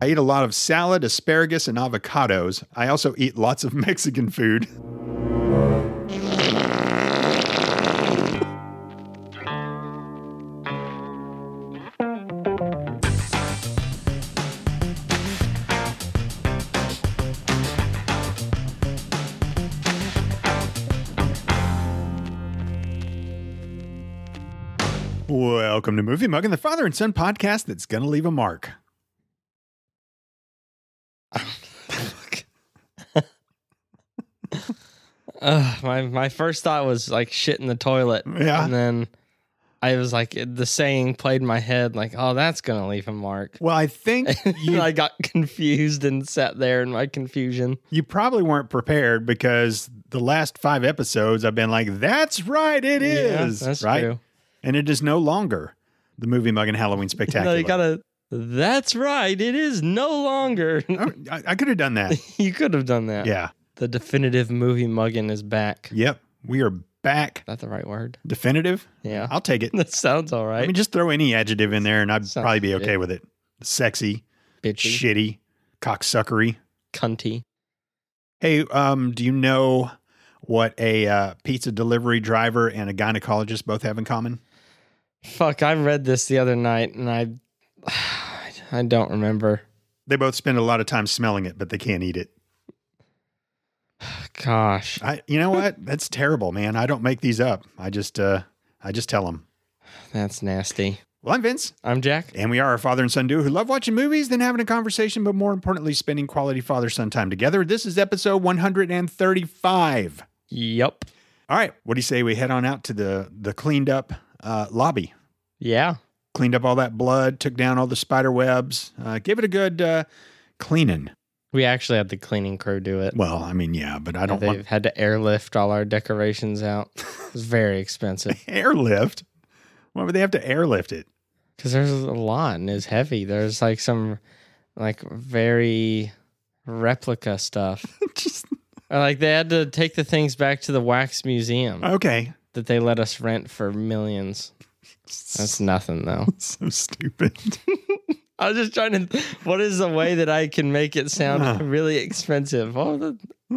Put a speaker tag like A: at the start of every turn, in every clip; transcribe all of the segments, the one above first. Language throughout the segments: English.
A: I eat a lot of salad, asparagus, and avocados. I also eat lots of Mexican food. Welcome to Movie Mug and the Father and Son podcast that's going to leave a mark.
B: Ugh, my my first thought was like shit in the toilet,
A: Yeah.
B: and then I was like it- the saying played in my head like, oh, that's gonna leave a mark.
A: Well, I think you,
B: And I got confused and sat there in my confusion.
A: you probably weren't prepared because the last five episodes I've been like, that's right, it is.
B: Yeah, that's
A: right.
B: true.
A: And it is no longer the movie mug and Halloween
B: No,
A: spectacular.
B: you gotta. That's right. It is no longer.
A: Oh, I, I could have done that.
B: you could have done that.
A: yeah.
B: The definitive movie mugging is back. Is
A: Yep. We are back.
B: that the right word?
A: Definitive.
B: Yeah.
A: I'll take it.
B: that sounds
A: I
B: all Uh-huh. right.
A: mean, just throw any adjective in there and I'd
B: Sounds
A: probably be
B: legit.
A: okay with it. Sexy,
B: Bitchy,
A: shitty, cocksuckery.
B: cunty.
A: Hey, um, do you know what a uh, pizza delivery driver and a gynecologist both have in common?
B: Fuck. I read this the other night and I, I don't remember.
A: They both spend a lot of time smelling it, but they can't eat it.
B: Gosh.
A: I, you know what? That's terrible, man. I don't make these up. I just, uh, I just tell them.
B: That's nasty.
A: Well, I'm Vince,
B: I'm Jack.
A: and we are a father and son duo who love watching movies, then having a conversation, but more importantly, spending quality father-son time together. This is episode 135.
B: Yup.
A: All right, what do you say we head on out to the the cleaned up uh, lobby?
B: Yeah.
A: cleaned up all that blood, took down all the spider webs, uh, gave it a good uh, cleaning.
B: We actually had the cleaning crew do it.
A: Well, I mean, yeah, but I don't
B: They've
A: want
B: had to airlift all our decorations out. It was very expensive
A: airlift. Why would they have to airlift it?
B: because there's a lot and it's heavy. There's like some like very replica stuff.
A: Just,
B: Or, like they had to take the things back to the wax museum
A: okay.
B: that they let us rent for millions. That's nothing though.
A: so stupid.
B: I was just trying to. What is the way that I can make it
A: Huh.
B: sound really expensive? Oh, the,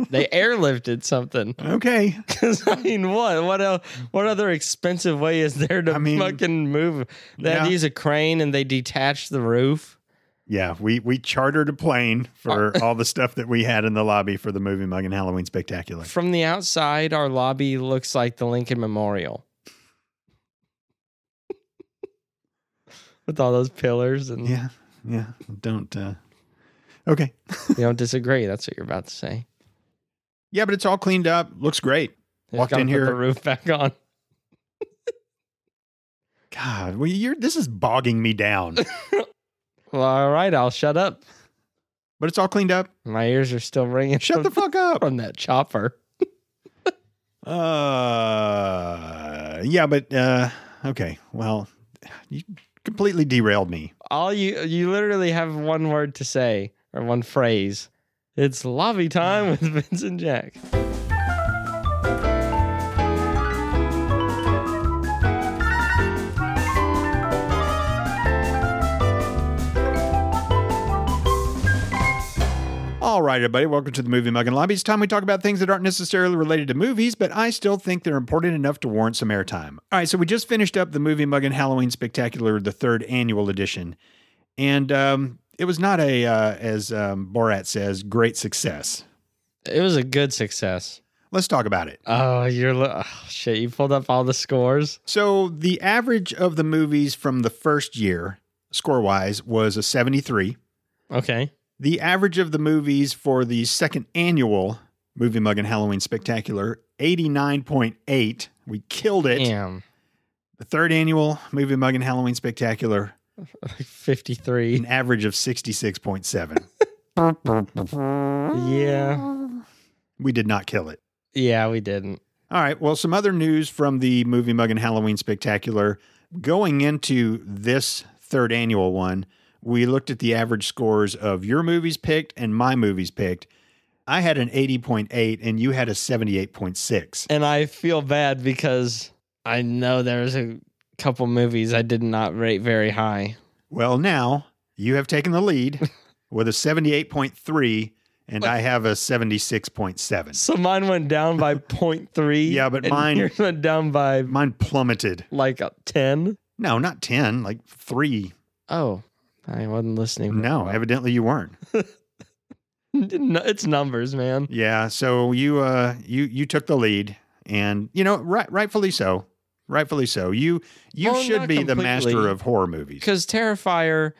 B: they airlifted something.
A: Okay.
B: Because I mean, what? What else? What other expensive way is there to
A: I mean,
B: fucking move? They had
A: yeah.
B: to use a crane and they detached the roof.
A: Yeah, we we chartered a plane for all the stuff that we had in the lobby for the movie Mug and Halloween Spectacular.
B: From the outside, our lobby looks like the Lincoln Memorial, with all those pillars. And
A: Yeah. Yeah. Don't uh Okay.
B: you don't disagree. That's what you're about to say.
A: Yeah, but it's all cleaned up. Looks great.
B: They just
A: Walked
B: gotta
A: in
B: put
A: here-
B: the roof back on.
A: God, well, you're this is bogging me down.
B: Well, all right, I'll shut up.
A: But it's all cleaned up.
B: My ears are still ringing.
A: Shut the fuck up.
B: from that chopper.
A: Uh, yeah, but uh, okay. Well, you completely derailed me.
B: All you you literally have one word to say or one phrase. It's lobby time with Vince and Jack.
A: All right, everybody, welcome to the Movie Mug and Lobby. It's time we talk about things that aren't necessarily related to movies, but I still think they're important enough to warrant some airtime. All right, so we just finished up the Movie Mug and Halloween Spectacular, the third annual edition, and um, it was not a, uh, as um, Borat says, great success.
B: It was a good success.
A: Let's talk about it.
B: Oh, you're li- oh, shit. You pulled up all the scores.
A: So the average of the movies from the first year, score wise, was a 73.
B: Okay.
A: The average of the movies for the second annual Movie Mug and Halloween Spectacular, 89.8. We killed it.
B: Damn.
A: The third annual Movie Mug and Halloween Spectacular,
B: Like 53.
A: an average of 66.7.
B: Yeah.
A: we did not kill it.
B: Yeah, we didn't.
A: All right. Well, some other news from the Movie Mug and Halloween Spectacular. Going into this third annual one, we looked at the average scores of your movies picked and my movies picked. I had an 80.8 and you had a 78.6.
B: And I feel bad because I know there's a couple movies I did not rate very high.
A: Well, now you have taken the lead with a 78.3, and I have a 76.7.
B: So mine went down by 0.3.
A: Yeah, but
B: and
A: mine-
B: yours went down by
A: Mine plummeted.
B: like uh, a 10.
A: No, not 10, like three.
B: Oh, I wasn't listening.
A: No, evidently you weren't.
B: No, it's numbers, man.
A: Yeah, so you uh you you took the lead and you know right rightfully so. Rightfully so. You you
B: Well,
A: should
B: not
A: be the master
B: completely.
A: of horror movies.
B: Because Terrifier,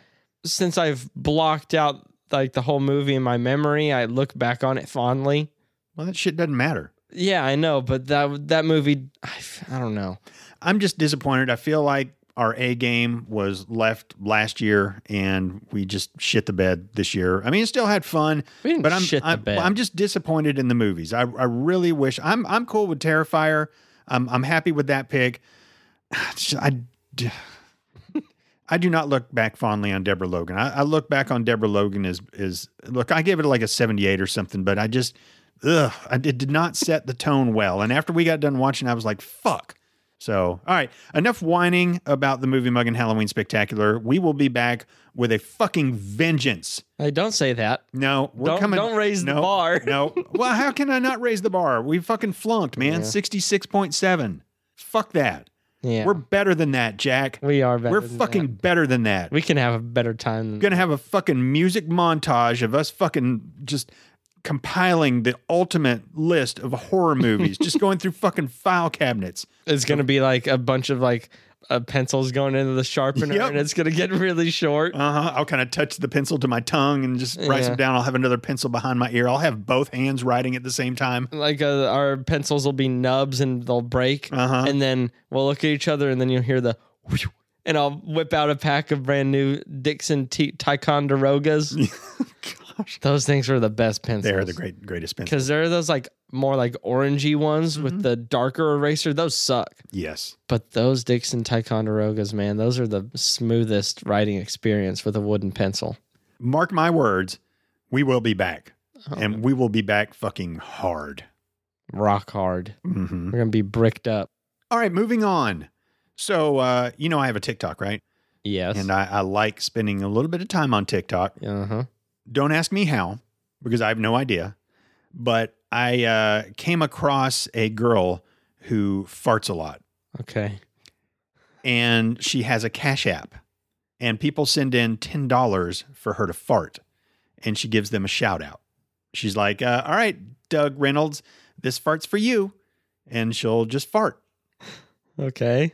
B: since I've blocked out like the whole movie in my memory, I look back on it fondly.
A: Well, that shit doesn't matter.
B: Yeah, I know, but that that movie, I, f- I don't know.
A: I'm just disappointed. I feel like our A game was left last year and we just shit the bed this year. I mean, it still had fun,
B: We didn't
A: but I'm
B: shit
A: I'm,
B: the bed.
A: I'm just disappointed in the movies. I I really wish I'm I'm cool with Terrifier. I'm I'm happy with that pick. I d- I do not look back fondly on Deborah Logan. I, I look back on Deborah Logan as is look. I gave it like a seventy eight or something, but I just ugh. I, it did not set the tone well. And after we got done watching, I was like, fuck. So, all right, enough whining about the movie Mug and Halloween Spectacular. We will be back with a fucking vengeance.
B: Hey, don't say that.
A: No, we're
B: Don't-
A: coming.
B: don't raise the
A: no,
B: bar.
A: no. Well, how can I not raise the bar? We fucking flunked, man.
B: Yeah.
A: Sixty-six point seven. Fuck that.
B: Yeah,
A: We're better than that, Jack.
B: we are better.
A: We're
B: than
A: fucking
B: that.
A: better than that. We're
B: We can have a better time. Than
A: gonna have a fucking music montage of us fucking just compiling the ultimate list of horror movies, just going through fucking file cabinets.
B: It's gonna be like a bunch of like uh, pencils going into the sharpener,
A: Yep.
B: and it's gonna get really short.
A: Uh huh. I'll kind of touch the pencil to my tongue and just write
B: Yeah.
A: some down. I'll have another pencil behind my ear. I'll have both hands writing at the same time.
B: Like uh, our pencils will be nubs and they'll break,
A: Uh huh.
B: and then we'll look at each other, and then you'll hear the. whew, And I'll whip out a pack of brand new Dixon T- Ticonderogas.
A: Gosh.
B: Those things were the best pencils.
A: They're the great greatest pencils.
B: because there are those like more like orangey ones
A: Mm-hmm.
B: with the darker eraser. Those suck.
A: Yes.
B: But those Dixon Ticonderogas, man, those are the smoothest writing experience with a wooden pencil.
A: Mark my words, we will be back.
B: Oh.
A: And we will be back fucking hard.
B: Rock hard.
A: Mhm.
B: We're gonna be bricked up.
A: All right, moving on. So, uh, you know, I have a TikTok, right?
B: Yes.
A: And I, I like spending a little bit of time on TikTok.
B: uh huh.
A: Don't ask me how, because I have no idea. But I uh, came across a girl who farts a lot.
B: Okay.
A: and she has a cash app and people send in $10 for her to fart and she gives them a shout out she's like uh, all right doug reynolds this fart's for you and she'll just fart
B: Okay.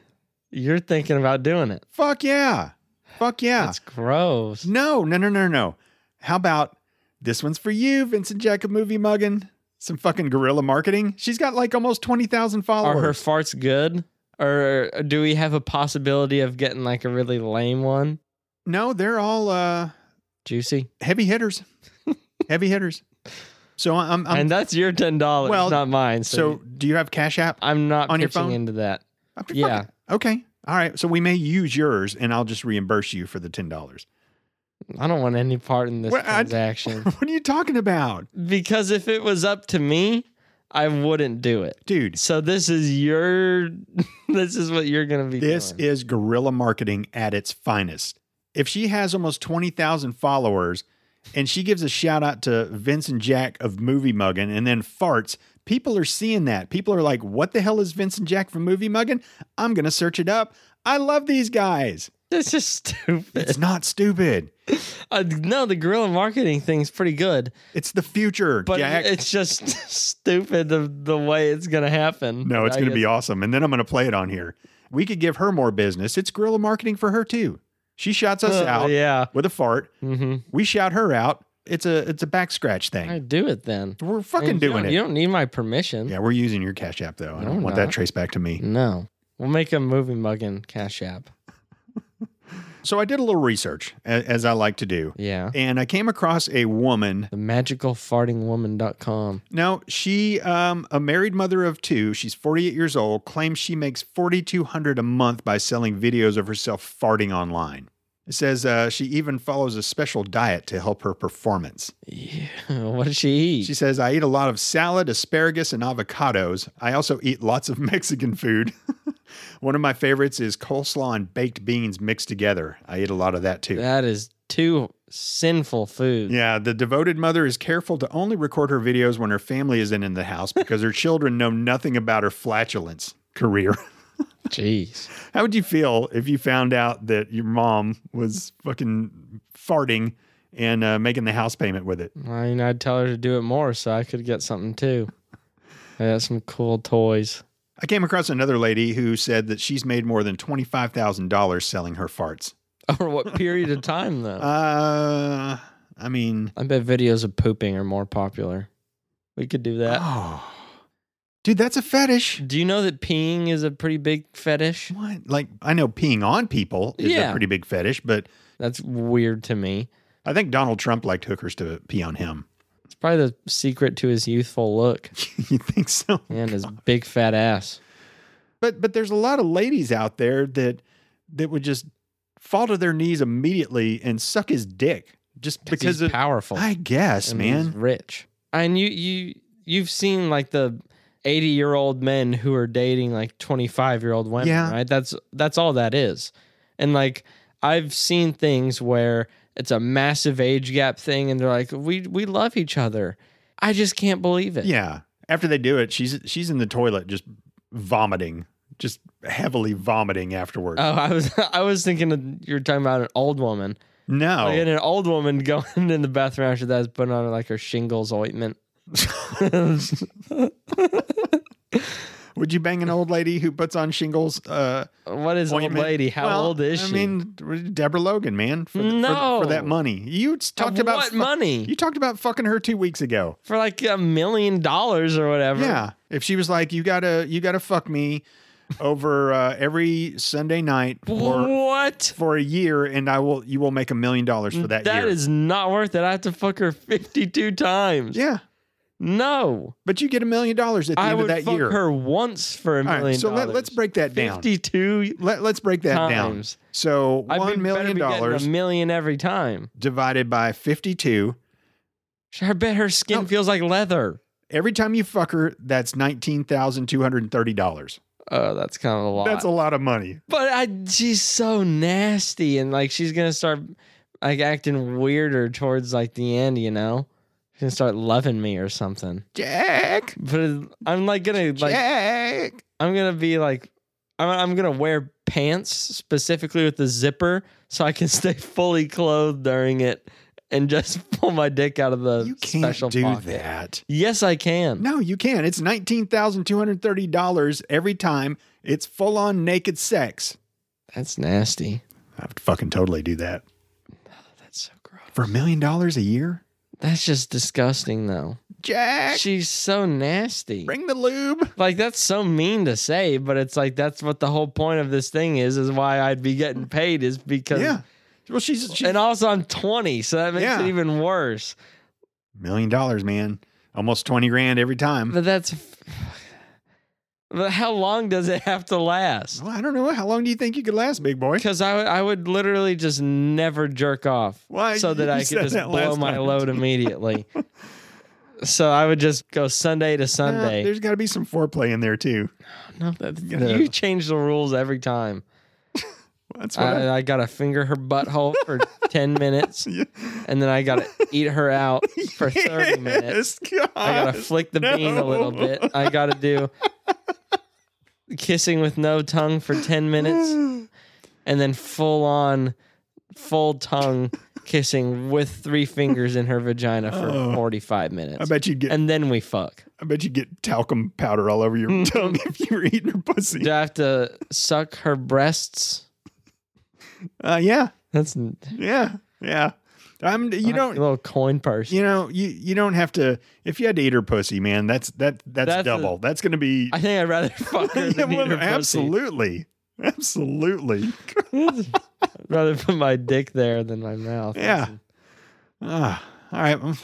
B: You're thinking about doing it.
A: fuck yeah fuck yeah
B: That's gross.
A: no no no no no how about this one's for you vincent jacob movie muggin some fucking guerrilla marketing she's got like almost 20000
B: Are
A: followers
B: her farts good? Or do we have a possibility of getting like a really lame one?
A: no they're all uh,
B: Juicy.
A: heavy hitters heavy hitters so i'm, I'm
B: and that's your ten dollars,
A: Um, Well,
B: not mine. So,
A: So, do you have Cash App?
B: I'm not
A: on your
B: pitching
A: phone?
B: into that.
A: I'm just
B: Yeah.
A: fucking- Okay. All right. So we may use yours, and I'll just reimburse you for the ten dollars.
B: I don't want any part in this
A: Well, I-
B: transaction.
A: what are you talking about,
B: because if it was up to me, I wouldn't do it.
A: dude?
B: So this is your this is what you're gonna be
A: This
B: doing.
A: is guerrilla marketing at its finest. If she has almost twenty thousand followers, and she gives a shout out to Vince and Jack of Movie Muggin, and then farts. People are seeing that. People are like, "What the hell is Vince and Jack from Movie Muggin?" I'm gonna search it up. I love these guys.
B: This is stupid.
A: It's not stupid.
B: Uh, no, the guerrilla marketing thing's pretty good,
A: It's the future,
B: but
A: Jack.
B: it's just stupid the, the way it's gonna happen.
A: No, it's
B: I
A: going to be
B: guess.
A: awesome. And then I'm going to play it on here. We could give her more business. It's guerrilla marketing for her too. She shouts us
B: Uh,
A: out
B: Yeah,
A: with a fart.
B: hmm
A: We shout her out. It's a it's a back scratch thing.
B: I do it then.
A: We're
B: I mean,
A: fucking
B: you
A: doing
B: don't-
A: it.
B: You don't need my permission.
A: Yeah, we're using your Cash App though. I
B: No,
A: don't want
B: we're
A: that
B: not.
A: traced back to me.
B: No, we'll make a movie mugging cash app.
A: So I did a little research a- as I like to do,
B: Yeah.
A: and I came across a woman.
B: The magicalfartingwoman.com.
A: Now she, um, a married mother of two, she's 48 years old. Claims she makes 4,200 a month by selling videos of herself farting online. It says uh, she even follows a special diet to help her performance.
B: Yeah. What does she eat?
A: She says, "I eat a lot of salad, asparagus, and avocados. I also eat lots of Mexican food." One of my favorites is coleslaw and baked beans mixed together. I ate a lot of that too.
B: That is too sinful food.
A: Yeah, the devoted mother is careful to only record her videos when her family isn't in the house because her children know nothing about her flatulence career.
B: Jeez.
A: How would you feel if you found out that your mom was fucking farting and uh, making the house payment with it?
B: I mean, I'd tell her to do it more so I could get something too. I got some cool toys.
A: I came across another lady who said that she's made more than $25,000 selling her farts.
B: Over what period of time, though?
A: Uh, I mean,
B: I bet videos of pooping are more popular. We could do that. Mm.
A: oh, dude, that's a fetish.
B: Do you know that peeing is a pretty big fetish?
A: What? Like, I know peeing on people is a
B: Yeah.
A: pretty big fetish, but
B: That's weird to me.
A: I think Donald Trump liked hookers to pee on him.
B: It's probably the secret to his youthful look
A: you think so?
B: and his big fat ass.
A: But but there's a lot of ladies out there that that would just fall to their knees immediately and suck his dick just
B: Because
A: because
B: he's
A: of
B: powerful.
A: I guess,
B: and he's
A: man.
B: rich. And you you you've seen like the 80 year old men who are dating like 25 year old women,
A: Yeah.
B: right? That's that's all that is. And like I've seen things where it's a massive age gap thing and they're like, We we love each other. I just can't believe it.
A: Yeah. After they do it, she's she's in the toilet just vomiting, just heavily vomiting afterwards.
B: Oh, I was I was thinking of, you were talking about an old woman.
A: no.
B: Like, and an old woman going in the bathroom after that is putting on like her shingles ointment.
A: Would you bang an old lady who puts on shingles? Uh,
B: what is old
A: ointment?
B: lady? How
A: Well,
B: old is she?
A: I mean, Deborah Logan, man. For, the- for the- for,
B: No.
A: that money. You talked
B: Of
A: about
B: what
A: fu-
B: money?
A: You talked about fucking her two weeks ago.
B: for like a million dollars or whatever.
A: Yeah. If she was like, you gotta, you gotta fuck me over uh, every Sunday night for
B: What?
A: for a year, and I will, you will make a million dollars for that.
B: Mm, That
A: year.
B: is not worth it. I have to fuck her 52 times.
A: yeah.
B: No.
A: But you get a million dollars at the
B: I
A: end of
B: would
A: that
B: fuck
A: year.
B: her once for a
A: All
B: million
A: right. So
B: dollars.
A: let, let's break that down.
B: 52
A: Let, let's break that down.
B: times.
A: So
B: I'd be-
A: one
B: better
A: million
B: be getting
A: dollars
B: A million every time.
A: divided by fifty-two.
B: I bet her skin
A: No.
B: feels like leather.
A: Every time you fuck her, that's nineteen thousand two hundred and thirty dollars.
B: Oh, that's kind of a lot.
A: That's a lot of money.
B: But I, she's so nasty, and like she's gonna start like acting weirder towards like the end. You know, she's gonna start loving me or something.
A: Jack,
B: But I'm like gonna like
A: Jack.
B: I'm gonna be like I'm I'm gonna wear pants specifically with the zipper so I can stay fully clothed during it and just pull my dick out of the
A: You can't
B: special
A: do
B: pocket.
A: that.
B: Yes, I can.
A: No, you can. It's nineteen thousand two hundred thirty dollars every time. It's full on naked sex.
B: That's nasty.
A: I would fucking totally do that
B: That's so gross.
A: for a million dollars a year.
B: That's just disgusting though.
A: Jack,
B: She's so nasty.
A: bring the lube.
B: Like that's so mean to say, but it's like that's what the whole point of this thing is. Is why I'd be getting paid is because.
A: Yeah. Well, she's, she's
B: And also, I'm 20, so that makes
A: Yeah.
B: it even worse.
A: million dollars, man. Almost twenty grand every time.
B: But that's. But how long does it have to last?
A: Well, I don't know. How long do you think you could last, big boy?
B: Because I, would- I would literally just never jerk off
A: Why,
B: so that
A: you
B: I
A: said
B: could just
A: that
B: blow
A: last
B: my
A: time.
B: load immediately. so I would just go Sunday to
A: Uh,
B: Sunday.
A: there's got to be some foreplay in there too.
B: no, that,
A: gotta-
B: you change the rules every time.
A: That's what. I,
B: I, uh, I got to finger her butthole for 10 minutes,
A: Yeah.
B: and then I got to eat her out for 30 minutes.
A: Yes,
B: I gotta
A: God.
B: flick the bean a little
A: no.
B: bit. I gotta do kissing with no tongue for ten minutes, and then full on, full tongue kissing with three fingers in her vagina for
A: Oh.
B: forty five
A: I
B: minutes,
A: bet you get.
B: and then we fuck.
A: I bet you get talcum powder all over
B: Mm-hmm.
A: your tongue if you were eating her pussy.
B: Do I have to suck her breasts?
A: Uh, yeah,
B: That's you
A: yeah, yeah. I'm. You
B: a
A: don't.
B: little coin purse.
A: You know. You you don't have to. If you had to eat her pussy, man, that's that that's,
B: That's a-
A: double. that's gonna be.
B: I think I'd rather fuck her
A: Yeah,
B: than eat
A: well,
B: her pussy.
A: absolutely, absolutely.
B: I'd rather put my dick there than my mouth.
A: Yeah. Ah, all right. well,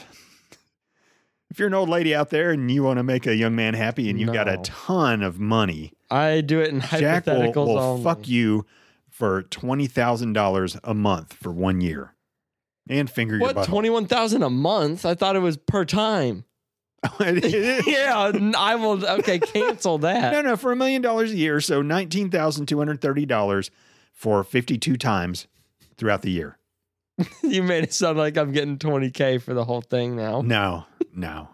A: If you're an old lady out there and you want to make a young man happy and you've got a
B: No.
A: ton of money,
B: I do it in
A: Jack will,
B: hypotheticals
A: will
B: only.
A: fuck you for twenty thousand dollars a month for one year, and finger your
B: What
A: butt.
B: twenty one thousand a month? I thought it was per time.
A: It is.
B: yeah, n- I will. Okay, cancel
A: no,
B: that.
A: no, for a million dollars a year, so nineteen thousand two hundred thirty dollars for fifty-two times throughout the year.
B: you made it sound like I'm getting 20k for the whole thing now.
A: No, no.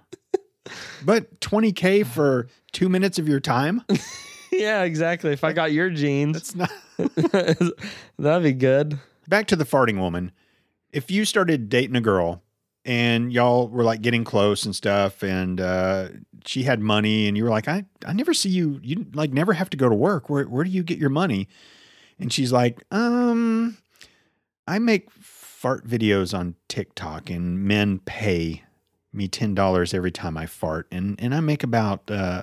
A: But 20K for two minutes of your time?
B: yeah, exactly. If I got your jeans,
A: That's not.
B: that'd be good.
A: Back to the farting woman. If you started dating a girl and y'all were like getting close and stuff, and uh, she had money, and you were like, I, I never see you, you like never have to go to work. Where, where do you get your money? And she's like, um, I make fart videos on TikTok, and men pay me $10 every time I fart. And, and I make about uh,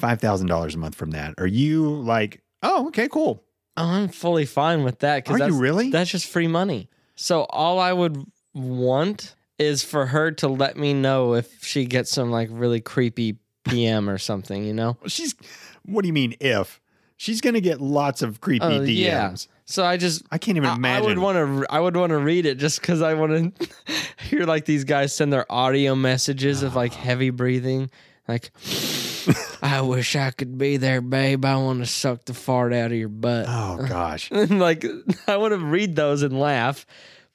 A: $5,000 a month from that. Are you like, oh, okay, cool.
B: I'm fully fine with that
A: Are
B: because
A: you
B: that's,
A: really?
B: that's just free money. So all I would want is for her to let me know if she gets some like really creepy PM or something, you know?
A: She's what do you mean if? She's gonna get lots of creepy
B: Oh,
A: DMs.
B: yeah. So I just
A: I can't even
B: I-
A: imagine.
B: I would want to. I would want to read it just because I want to hear like these guys send their audio messages of
A: Ah.
B: like heavy breathing, like "I wish I could be there, babe. I want to suck the fart out of your butt."
A: oh gosh.
B: And, like I want to read those and laugh,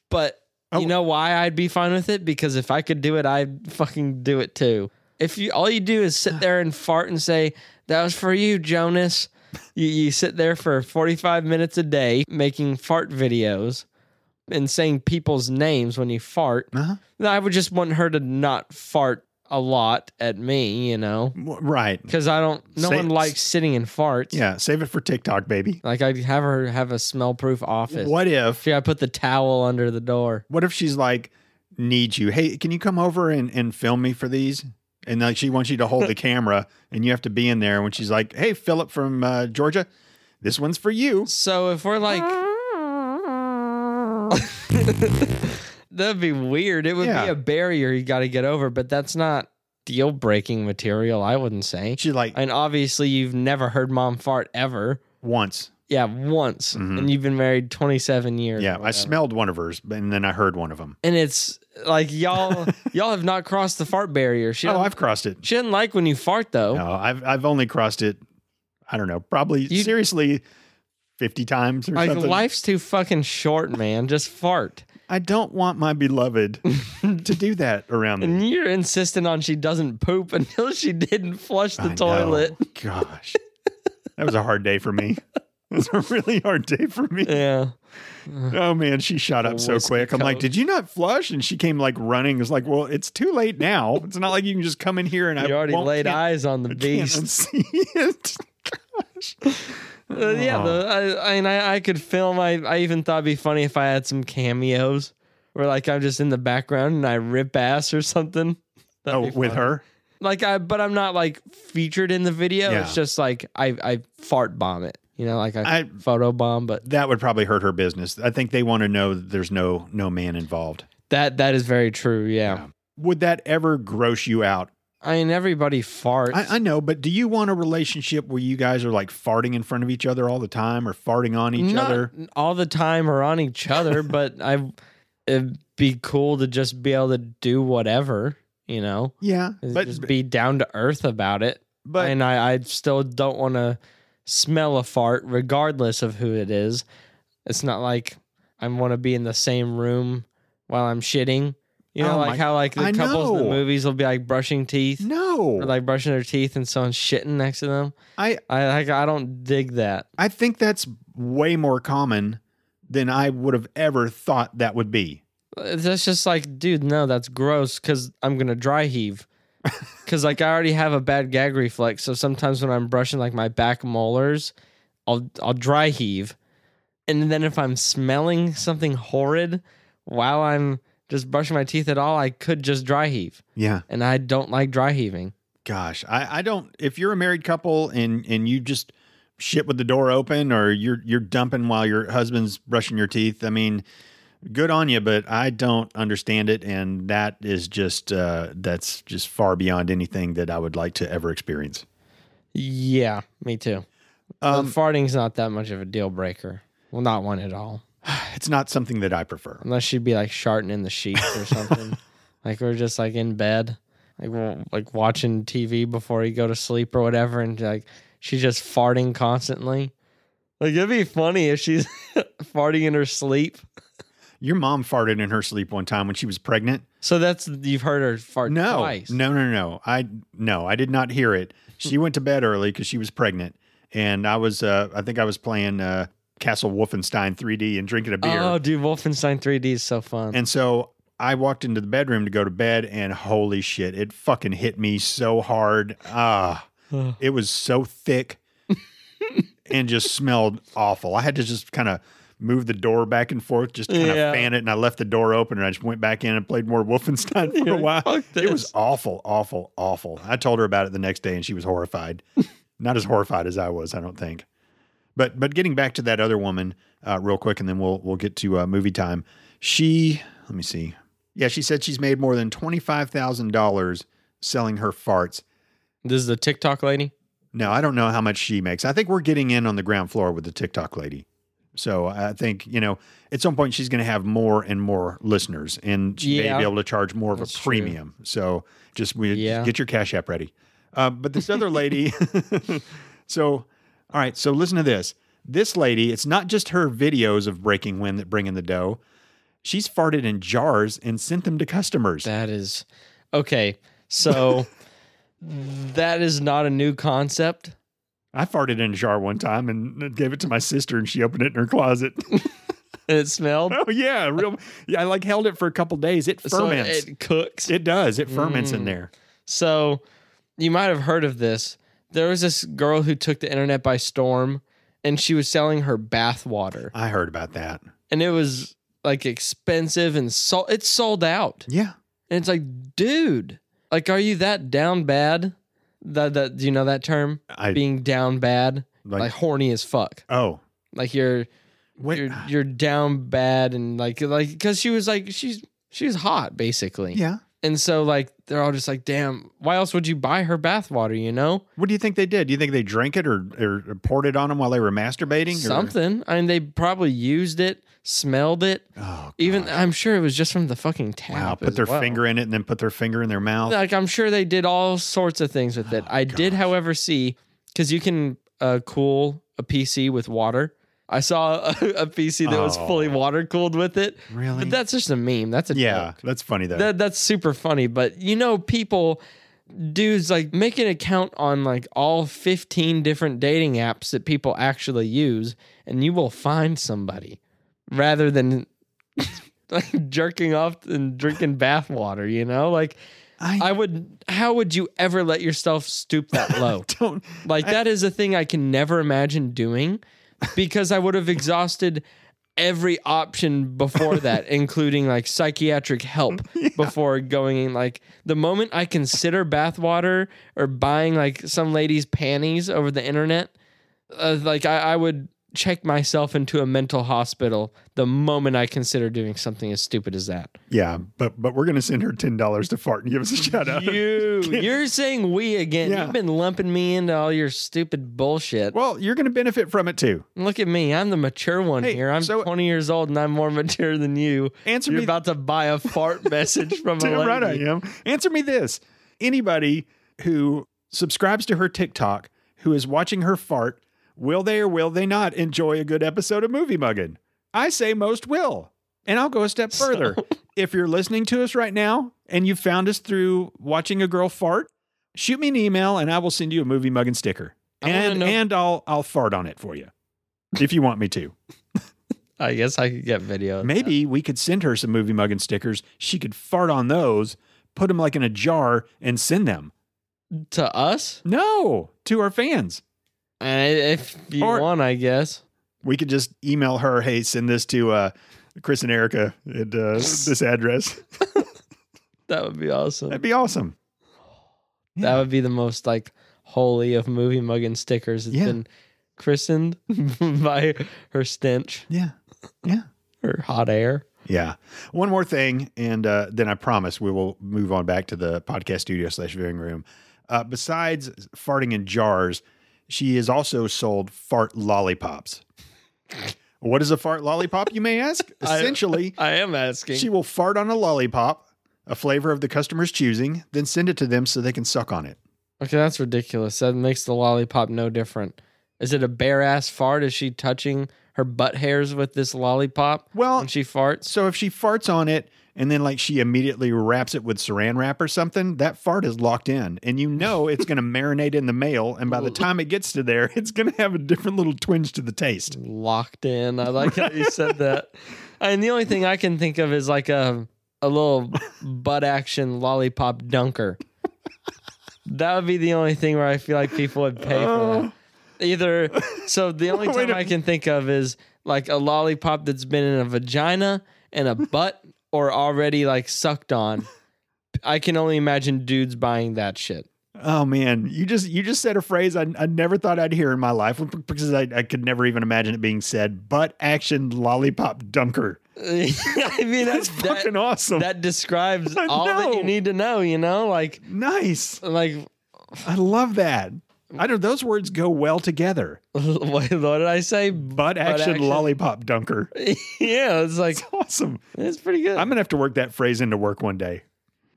B: but
A: Oh.
B: you know why I'd be fine with it because if I could do it, I'd fucking do it too. If you all you do is sit there and fart and say that was for you, Jonas. You, you sit there for 45 minutes a day making fart videos and saying people's names when you fart.
A: Uh-huh.
B: then I would just want her to not fart a lot at me, you know,
A: W- Right.
B: because I don't, no
A: Say-
B: one likes sitting in farts.
A: Yeah. Save it for TikTok, baby.
B: Like I'd have her have a smell proof office.
A: What if?
B: Should I put the towel under the door?
A: What if she's like needs you? Hey, can you come over and, and film me for these? And like she wants you to hold the camera, and you have to be in there. When she's like, "Hey, Philip from uh, Georgia, this one's for you."
B: So if we're like, that'd be weird. It would
A: Yeah.
B: be a barrier you got to get over, but that's not deal breaking material, I wouldn't say.
A: She's like
B: And obviously, you've never heard mom fart ever.
A: once.
B: Yeah, once.
A: Mhm.
B: And you've been married 27 years.
A: Yeah,
B: or
A: I
B: whatever.
A: smelled one of hers, and then I heard one of them.
B: And it's like y'all y'all have not crossed the fart barrier. She,
A: Oh,
B: doesn't,
A: I've crossed it.
B: she doesn't like when you fart though.
A: No, I've I've only crossed it. I don't know, probably
B: You-
A: seriously, fifty times or
B: like
A: something.
B: life's too fucking short, man. Just fart.
A: I don't want my beloved to do that around me.
B: And you're insisting on she doesn't poop until she didn't flush the
A: I know.
B: toilet.
A: Gosh, that was a hard day for me. It was a really hard day for me.
B: Yeah.
A: Oh man, she shot up so
B: Whiskey
A: quick. I'm like,
B: coat.
A: did you not flush? And she came like running. It's like, well, it's too late now. It's not like you can just come in here and I
B: you already
A: won't-
B: laid
A: can't-
B: eyes on the
A: I can't
B: beast.
A: unsee it.
B: Uh, yeah, the,
A: Oh.
B: I, I mean, I, I could film. I, I even thought it'd be funny if I had some cameos where, like, I'm just in the background and I rip ass or something. That'd
A: Oh,
B: be
A: with
B: fun.
A: her.
B: Like, I, but I'm not like featured in the video.
A: Yeah.
B: It's just like I, I fart bomb it. You know, like I,
A: I
B: photo bomb. But
A: that would probably hurt her business. I think they want to know that there's no no man involved.
B: that, that is very true. Yeah.
A: Yeah. Would that ever gross you out?
B: I mean, everybody farts.
A: I, I know, but do you want a relationship where you guys are like farting in front of each other all the time or farting on each
B: Not
A: other?
B: all the time or on each other, but I it'd be cool to just be able to do whatever, you know,
A: Yeah,
B: but,
A: but
B: just be down to earth about it.
A: but
B: and I, I still don't want to smell a fart, regardless of who it is. It's not like I want to be in the same room while I'm shitting. You know,
A: Oh my-
B: like how like the
A: I
B: couples in
A: know.
B: the movies will be like brushing teeth,
A: no,
B: or like brushing their teeth, and someone's shitting next to them.
A: I
B: I like I don't dig that.
A: I think that's way more common than I would have ever thought that would be.
B: That's just like, dude, no, that's gross because I'm going to dry heave. Because, like, I already have a bad gag reflex. So sometimes when I'm brushing, like, my back molars, I'll, I'll dry heave. And then if I'm smelling something horrid while I'm just brushing my teeth at all, I could just dry heave.
A: Yeah,
B: And I don't like dry heaving.
A: gosh, I I don't. If you're a married couple and and you just shit with the door open or you're you're dumping while your husband's brushing your teeth, I mean. good on you, but I don't understand it, and that is just uh, that's just far beyond anything that I would like to ever experience.
B: Yeah, me too. But
A: Um,
B: farting's not that much of a deal breaker. Well, not one at all.
A: it's not something that I prefer.
B: Unless she'd be like sharting in the sheets or something. like we're just like in bed. like w- like watching TV before you go to sleep or whatever, and like she's just farting constantly. Like it'd be funny if she's farting in her sleep.
A: Your mom farted in her sleep one time when she was pregnant.
B: So that's you've heard her fart
A: no,
B: twice.
A: no, no, no. I no, I did not hear it. She went to bed early because she was pregnant, and I was. Uh, I think I was playing uh, Castle Wolfenstein 3D and drinking a beer.
B: Oh, dude, Wolfenstein 3D is so fun.
A: And so I walked into the bedroom to go to bed, and holy shit, it fucking hit me so hard. Ah, it was so thick and just smelled awful. I had to just kind of move the door back and forth just to kind of
B: Yeah.
A: fan it. And I left the door open and I just went back in and played more Wolfenstein for
B: You're
A: a
B: like,
A: while.
B: "Fuck
A: It was
B: this."
A: awful, awful, awful. I told her about it the next day and she was horrified. Not as horrified as I was, I don't think. But but getting back to that other woman uh, real quick, and then we'll we'll get to uh, movie time. She let me see. Yeah, she said she's made more than twenty five thousand dollars selling her farts.
B: this is the TikTok lady.
A: No, I don't know how much she makes. I think we're getting in on the ground floor with the TikTok lady. So I think you know at some point she's going to have more and more listeners, and she
B: Yeah.
A: may be able to charge more of
B: That's
A: a
B: true.
A: premium. So just we just
B: Yeah.
A: get your cash app ready. Uh, but this other lady, so all right, so listen to this. This lady, it's not just her videos of breaking wind that bring in the dough. She's farted in jars and sent them to customers.
B: That is okay. So that is not a new concept.
A: I farted in a jar one time and uh, gave it to my sister, and she opened it in her closet.
B: And it smelled.
A: Oh yeah, real. Yeah, I like held it for a couple days. It
B: So
A: ferments. it,
B: it cooks.
A: does. It ferments in
B: Mm.
A: there.
B: So you might have heard of this. There was this girl who took the internet by storm and she was selling her bath water.
A: I heard about that.
B: And it was like expensive and so it's sold out.
A: Yeah.
B: And it's like, dude, like are you that down bad? That that do you know that term?
A: I like,
B: Being down bad. like horny as fuck.
A: Oh
B: Like you're
A: wait.
B: you're you're down bad and like like because she was like she's she was hot basically
A: yeah.
B: and so like they're all just like damn why else would you buy her bathwater you know
A: What do you think they did? Do you think they drank it or, or poured it on them while they were masturbating? or-
B: something I mean they probably used it smelled it
A: Oh,
B: even
A: God.
B: I'm sure it was just from the fucking tap
A: wow. Put
B: as
A: their
B: well.
A: finger in it and then put their finger in Oh, their mouth.
B: like I'm sure they did all sorts of things with it I did however see because you can uh, cool a PC with water. I saw a, a PC that was
A: Oh.
B: fully water cooled with it,
A: really?
B: but that's just a meme. That's a
A: yeah,
B: joke.
A: that's funny though.
B: That that's super funny, but you know, people, dudes, like make an account on like all fifteen different dating apps that people actually use, and you will find somebody rather than like jerking off and drinking bath water. You know, like I would. How would you ever let yourself stoop that low?
A: don't.
B: Like that is a thing I can never imagine doing because I would have exhausted every option before that, including like psychiatric help before going in. Like the moment I consider bathwater or buying like some lady's panties over the internet, uh, like I, I would check myself into a mental hospital the moment I consider doing something as stupid as that.
A: Yeah, but but we're gonna send her ten dollars to fart and give us a shout out.
B: You, you're saying we again.
A: Yeah.
B: You've been lumping me into all your stupid bullshit.
A: well, you're gonna benefit from it too.
B: Look at me. I'm the mature one
A: Hey,
B: here. I'm
A: so-
B: 20 years old and I'm more mature than you.
A: Answer
B: You're
A: me-
B: about to buy a fart message from a
A: Damn
B: lady.
A: right I am. Answer me this. Anybody who subscribes to her TikTok who is watching her fart, will they or will they not enjoy a good episode of Movie Muggin? I say most will. And I'll go a step further. if you're listening to us right now and you found us through watching a girl fart, shoot me an email and I will send you a Movie Muggin sticker.
B: I wanna
A: And
B: know-
A: and I'll I'll fart on it for you. If you want me to.
B: I guess I could get video. of that.
A: Maybe we could send her some movie mugging stickers. She could fart on those, put them like in a jar, and send them.
B: to us.
A: No, to our fans.
B: Uh, If you
A: Or-
B: want, I guess.
A: We could just email her, hey, send this to uh, Chris and Erica at uh, this address.
B: That would be awesome.
A: That'd be awesome.
B: That would be the most like holy of movie mugging stickers. It's
A: Yeah.
B: been christened by her stench,
A: Yeah.
B: her hot air.
A: Yeah. One more thing, and uh, then I promise we will move on back to the podcast studio slash viewing room. Uh, besides farting in jars, she has also sold fart lollipops. What is a fart lollipop, you may ask?
B: I-
A: Essentially,
B: I am asking.
A: She will fart on a lollipop, a flavor of the customer's choosing, then send it to them so they can suck on it.
B: Okay, that's ridiculous. That makes the lollipop no different. Is it a bare ass fart? Is she touching her butt hairs with this lollipop
A: Well,
B: when she farts?
A: so if she farts on it and then like she immediately wraps it with saran wrap or something, that fart is locked in. And you know it's going to marinate in the mail. And by the time it gets to there, it's going to have a different little twinge to the taste.
B: Locked in. I like how you said that. And the only thing I can think of is like a a little butt action lollipop dunker. That would be the only thing where I feel like people would pay for
A: Oh,
B: that. Either so the only
A: Wait
B: time
A: a-
B: I can think of is like a lollipop that's been in a vagina and a butt or already like sucked on. I can only imagine dudes buying that shit.
A: Oh man, you just you just said a phrase I, I never thought I'd hear in my life because I, I could never even imagine it being said. Butt action lollipop dunker.
B: I mean
A: That's
B: that's that,
A: fucking awesome.
B: that describes
A: I
B: all that
A: know.
B: you need to know, you know? Like
A: nice.
B: like
A: I love that. I don't. Those words go well together.
B: what, what did I say?
A: Butt action,
B: action.
A: lollipop dunker.
B: yeah, it's like
A: It's awesome.
B: it's pretty good.
A: I'm gonna have to work that phrase into work one day.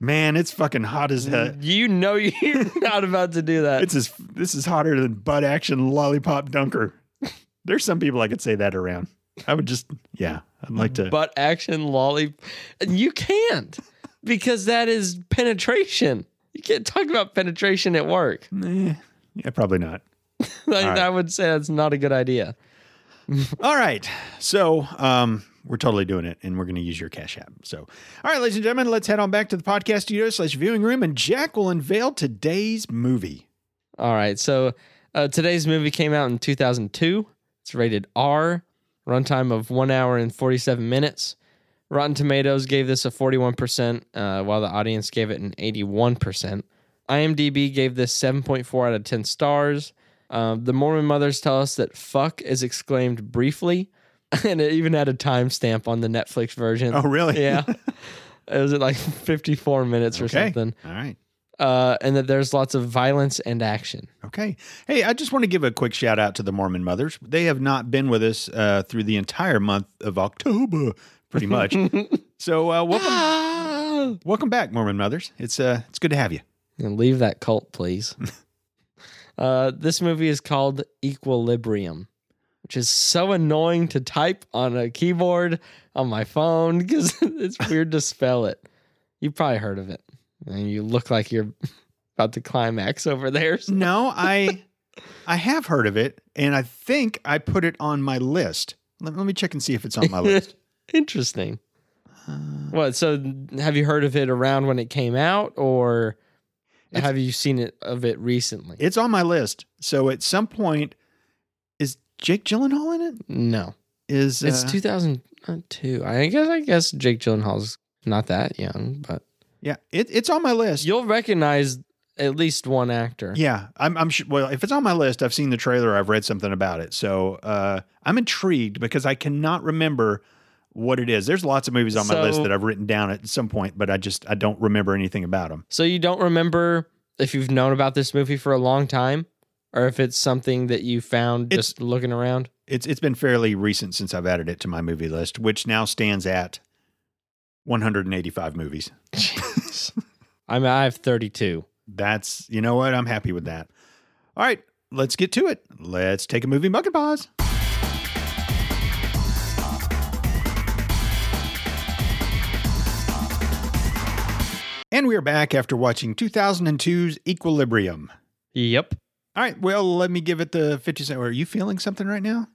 A: Man, it's fucking hot as hell.
B: you know you're not about to do that.
A: It's as this is hotter than butt action lollipop dunker. There's some people I could say that around. I would just yeah. I'd like to.
B: butt action lolly. You can't because that is penetration. You can't talk about penetration at work.
A: Eh, yeah, probably not.
B: Like,
A: right.
B: I would say that's not a good idea.
A: All right. So um, we're totally doing it, and we're going to use your Cash App. So, all right, ladies and gentlemen, let's head on back to the podcast studio slash viewing room, and Jack will unveil today's movie.
B: All right. So uh, today's movie came out in 2002. It's rated R, runtime of one hour and 47 minutes. Rotten Tomatoes gave this a 41%, uh, while the audience gave it an 81%. IMDb gave this 7.4 out of 10 stars. Um, the Mormon mothers tell us that fuck is exclaimed briefly, and it even had a timestamp on the Netflix version.
A: Oh, really?
B: Yeah. it was at like 54 minutes or
A: Okay.
B: something.
A: All right.
B: Uh, and that there's lots of violence and action.
A: Okay. Hey, I just want to give a quick shout out to the Mormon Mothers. They have not been with us uh, through the entire month of October, pretty much. so, uh, welcome,
B: and
A: welcome back, Mormon Mothers. It's uh, it's good to have you.
B: leave that cult, please. uh, this movie is called Equilibrium, which is so annoying to type on a keyboard on my phone because it's weird to spell it. You probably heard of it, and you look like you're about to climax over there.
A: No, I I have heard of it, and I think I put it on my list. Let, let me check and see if it's on my list. Uh,
B: Interesting. What? So, have you heard of it around when it came out, or
A: It's-
B: have you seen it of it recently?
A: It's on my list. So at some point, is Jake Gyllenhaal in it?
B: no.
A: Is
B: It's
A: uh,
B: 2002. I guess I guess Jake Gyllenhaal's not that young, but
A: yeah? It, it's on my list.
B: you'll recognize at least one actor.
A: Yeah, I'm. I'm sure. Well, if it's on my list, I've seen the trailer. I've read something about it. So uh, I'm intrigued because I cannot remember what it is. There's lots of movies on my
B: So-
A: list that I've written down at some point, but I just I don't remember anything about them.
B: So you don't remember if you've known about this movie for a long time or if it's something that you found
A: It's-
B: just looking around.
A: It's it's been fairly recent since I've added it to my movie list, which now stands at 185 movies.
B: I mean, I have 32.
A: That's you know what I'm happy with that. All right, let's get to it. Let's take a movie mug and pause. And we are back after watching 2002's Equilibrium.
B: Yep.
A: All right, well, let me give it the 50 cent. Are you feeling something right now?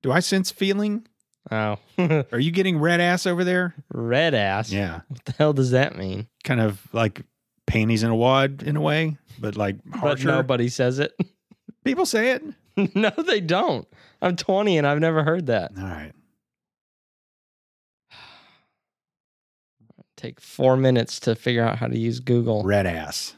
A: Do I sense feeling?
B: Oh.
A: Are you getting red ass over there?
B: Red ass.
A: Yeah,
B: What the hell does that mean?
A: kind of like panties in a wad in a way, but like harsher.
B: But nobody says it.
A: People say it.
B: no, they don't. I'm 20 and I've never heard that.
A: All right.
B: Take 4 minutes to figure out how to use Google.
A: Red ass.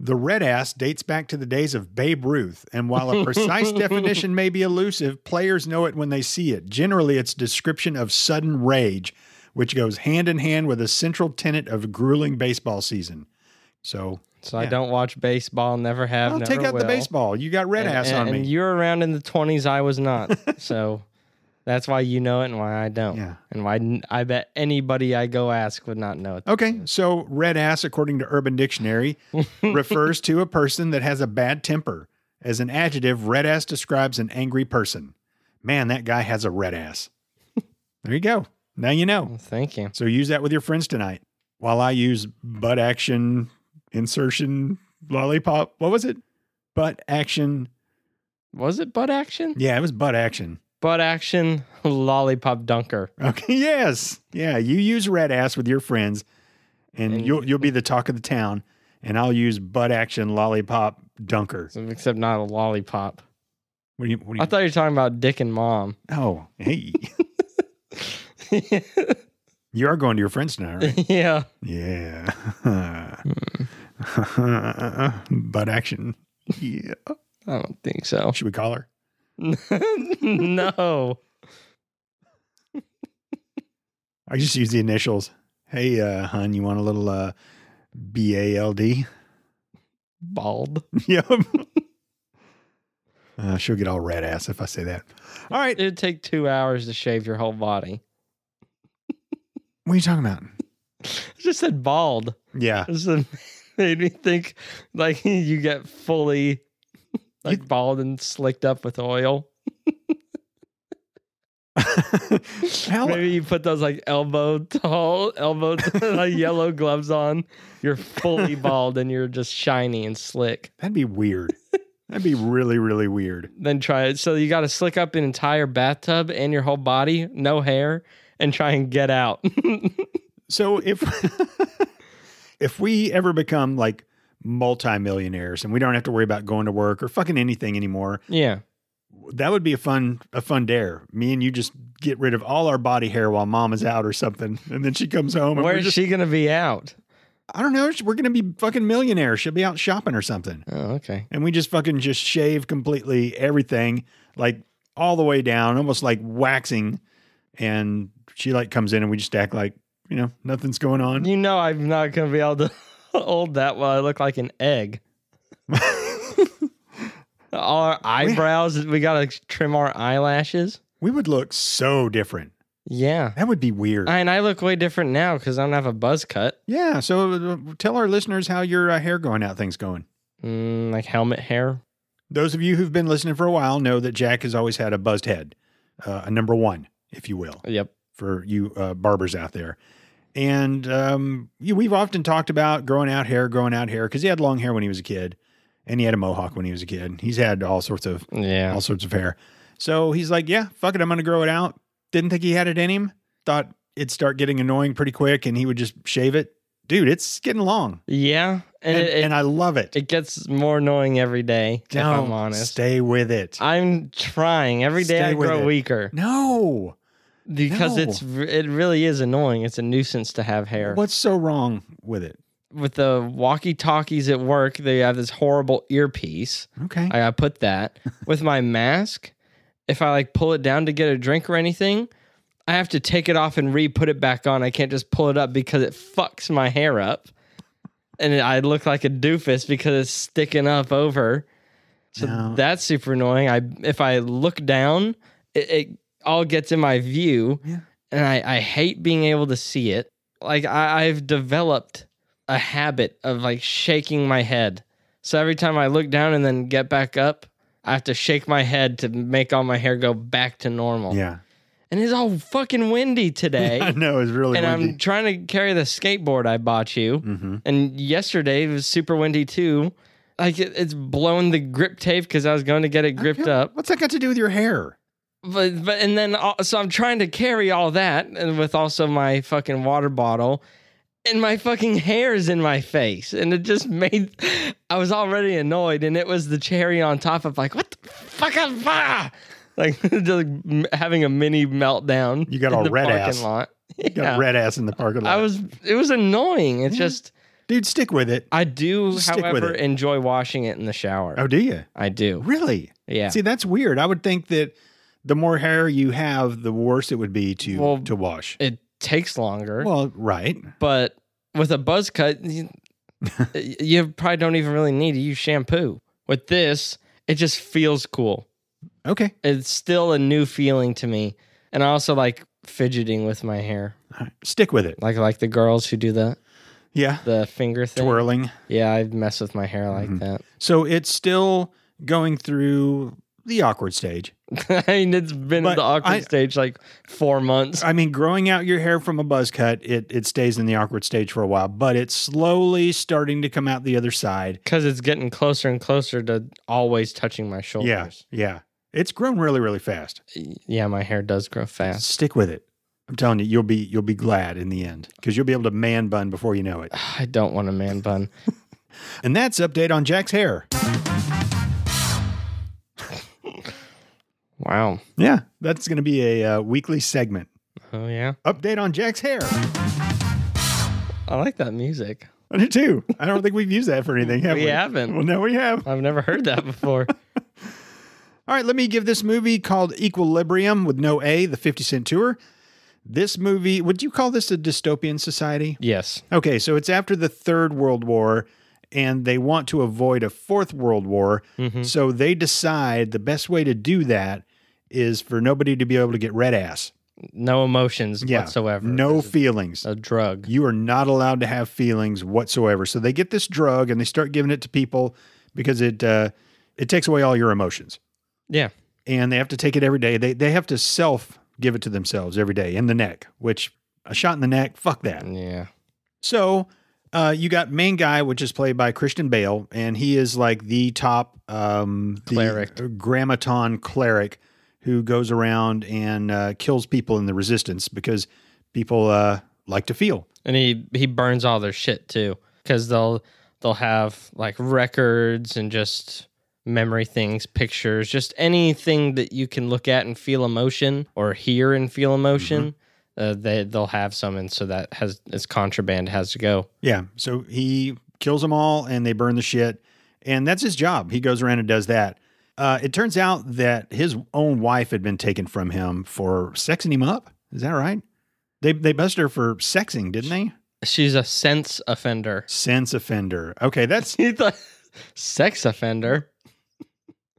A: The red ass dates back to the days of Babe Ruth, and while a precise definition may be elusive, players know it when they see it. Generally, it's description of sudden rage, which goes hand in hand with a central tenet of grueling baseball season. So
B: So I
A: Yeah.
B: don't watch baseball. Never have.
A: I'll
B: never
A: take out
B: will.
A: the baseball. You got red
B: And-
A: ass
B: and,
A: on
B: and
A: me.
B: you're around in the 20s. I was not. so That's why you know it and why I don't.
A: Yeah.
B: And why n- I bet anybody I go ask would not know it.
A: Okay, so red ass, according to Urban Dictionary, refers to a person that has a bad temper. As an adjective, red ass describes an angry person. Man, that guy has a red ass. There you go. Now you know.
B: Well, Oh, thank you.
A: So use that with your friends tonight. While I use butt action insertion lollipop. What was it? Butt action.
B: Was it butt action?
A: Yeah, it was butt action.
B: Butt action lollipop dunker.
A: Okay. Yes. Yeah. You use red ass with your friends, and,
B: And-
A: you'll you'll be the talk of the town. And I'll use butt action lollipop dunker.
B: Except not a lollipop.
A: What do you? What do
B: I
A: you?
B: thought you were talking about Dick and Mom.
A: oh, hey, you are going to your friends tonight, right?
B: yeah.
A: yeah. butt action. Yeah.
B: I don't think so.
A: Should we call her?
B: no.
A: I just use the initials. Hey, uh, hun, you want a little uh, B A L D?
B: Bald.
A: Yep. uh, she'll get all red ass if I say that. All right.
B: It'd take two hours to shave your whole body.
A: What are you talking about?
B: I just said bald.
A: Yeah.
B: This is- made me think like you get fully like bald and slicked up with oil.
A: How,
B: Maybe you put those like elbow tall, elbow like yellow gloves on. You're fully bald and you're just shiny and slick.
A: that'd be weird. That'd be really, really weird.
B: Then try it. So you got to slick up an entire bathtub and your whole body, no hair, and try and get out.
A: So if if we ever become like multimillionaires and we don't have to worry about going to work or fucking anything anymore,
B: yeah.
A: that would be a fun a fun dare. Me and you just get rid of all our body hair while mom is out or something, and then she comes home. And
B: Where
A: we're
B: is
A: just,
B: she going to be out?
A: I don't know. We're gonna be fucking millionaires. She'll be out shopping or something.
B: Oh, okay.
A: and we just fucking just shave completely everything like all the way down almost like waxing and she like comes in and we just act like you know nothing's going on
B: You know I'm not going to be able to hold that while I look like an egg. Our eyebrows, we got to trim our eyelashes.
A: we would look so different
B: Yeah.
A: that would be weird
B: And I look way different now because I don't have a buzz cut.
A: yeah so uh, tell our listeners how your uh, hair going out thing's going
B: Mm, like helmet hair.
A: those of you who've been listening for a while know that jack has always had a buzzed head uh, a number one if you will
B: Yep.
A: for you uh, barbers out there. And um, you, we've often talked about growing out hair, growing out hair, because he had long hair when he was a kid, and he had a mohawk when he was a kid. He's had all sorts of
B: Yeah.
A: all sorts of hair. So he's like, "Yeah, fuck it, I'm gonna grow it out." Didn't think he had it in him. Thought it'd start getting annoying pretty quick, and he would just shave it. Dude, it's getting long,
B: Yeah. And,
A: and,
B: it, it,
A: and I love it.
B: it gets more annoying every day, if
A: Don't
B: I'm honest.
A: stay with it.
B: I'm trying. Every day
A: Stay
B: I
A: with
B: grow
A: it.
B: weaker
A: no,
B: because
A: No.
B: it's re- it really is annoying. It's a nuisance to have hair.
A: what's so wrong with it?
B: With the walkie-talkies at work, they have this horrible earpiece.
A: Okay,
B: I gotta put that with my mask. If I like pull it down to get a drink or anything, I have to take it off and re put it back on. I can't just pull it up because it fucks my hair up, and I look like a doofus because it's sticking up over. So
A: No.
B: that's super annoying. I if I look down, it, it all gets in my view,
A: Yeah.
B: and I I hate being able to see it. Like I, I've developed a habit of like shaking my head. So every time I look down and then get back up, I have to shake my head to make all my hair go back to normal.
A: yeah,
B: And it's all fucking windy today.
A: I know it's really
B: and I'm
A: windy.
B: trying to carry the skateboard I bought you.
A: Mhm.
B: And yesterday it was super windy too. Like it, it's blown the grip tape because I was going to get it gripped
A: Okay,
B: up.
A: What's that got to do with your hair?
B: But but and then all, so I'm trying to carry all that and with also my fucking water bottle and my fucking hair is in my face and it just made I was already annoyed and it was the cherry on top of like what the fuck am I-" like just like m- having a mini meltdown.
A: You got
B: in
A: all
B: the
A: red
B: parking
A: ass.
B: lot.
A: You got
B: Yeah.
A: red ass in the parking lot.
B: I was it was annoying. It's
A: Yeah.
B: just
A: Dude, stick with it.
B: I do
A: Just stick with
B: however
A: it.
B: enjoy washing it in the shower.
A: Oh, do you?
B: I do.
A: Really?
B: Yeah.
A: See, that's weird. I would think that the more hair you have, the worse it would be to
B: Well-
A: to wash.
B: it takes longer.
A: Well, right.
B: but with a buzz cut, you, you probably don't even really need to use shampoo. With this, it just feels cool.
A: Okay.
B: It's still a new feeling to me. And I also like fidgeting with my hair,
A: All right. Stick with it.
B: like like the girls who do the
A: Yeah.
B: the finger thing.
A: Twirling.
B: Yeah, I mess with my hair like
A: Mhm.
B: that.
A: So it's still going through the awkward stage.
B: I mean, it's been
A: But
B: at the awkward
A: I-
B: stage like four months.
A: I mean, growing out your hair from a buzz cut, it, it stays in the awkward stage for a while, but it's slowly starting to come out the other side.
B: Because it's getting closer and closer to always touching my
A: Yeah.
B: shoulders.
A: Yeah. It's grown really, really fast.
B: Yeah, my hair does grow fast.
A: Stick with it. I'm telling you, you'll be you'll be glad in the end because you'll be able to man bun before you know it.
B: I don't want a man bun.
A: And that's update on Jack's hair.
B: Wow.
A: Yeah, that's going to be a uh, weekly segment.
B: Oh yeah,
A: Update on Jack's hair.
B: I like that music.
A: I do too. I don't think we've used that for anything, have we?
B: we haven't.
A: Well, no, we have.
B: I've never heard that before.
A: All right, let me give this movie called Equilibrium with no A, the 50 Cent Tour. This movie, would you call this a dystopian society?
B: yes.
A: Okay, so it's after the Third World War, and they want to avoid a Fourth World War.
B: Mhm.
A: So they decide the best way to do that is for nobody to be able to get red ass.
B: No emotions
A: Yeah.
B: whatsoever.
A: No
B: It's
A: feelings.
B: a drug.
A: You are not allowed to have feelings whatsoever. So they get this drug and they start giving it to people because it uh, it takes away all your emotions.
B: Yeah.
A: and they have to take it every day. They they have to self give it to themselves every day in the neck, which a shot in the neck, fuck that.
B: Yeah.
A: So uh, you got main guy, which is played by Christian Bale, and he is like the top um, the
B: Cleric.
A: grammaton cleric who goes around and uh, kills people in the resistance because people uh, like to feel.
B: and he he burns all their shit too because they'll they'll have like records and just memory things pictures just anything that you can look at and feel emotion or hear and feel emotion uh, they, they'll have some and so that has it's contraband has to go
A: Yeah. So he kills them all and they burn the shit. And that's his job. He goes around and does that. Uh, it turns out that his own wife had been taken from him for sexing him up. Is that right? They, they busted her for sexing, didn't they?
B: she's a sense offender
A: Sense offender. Okay, that's
B: he thought sex offender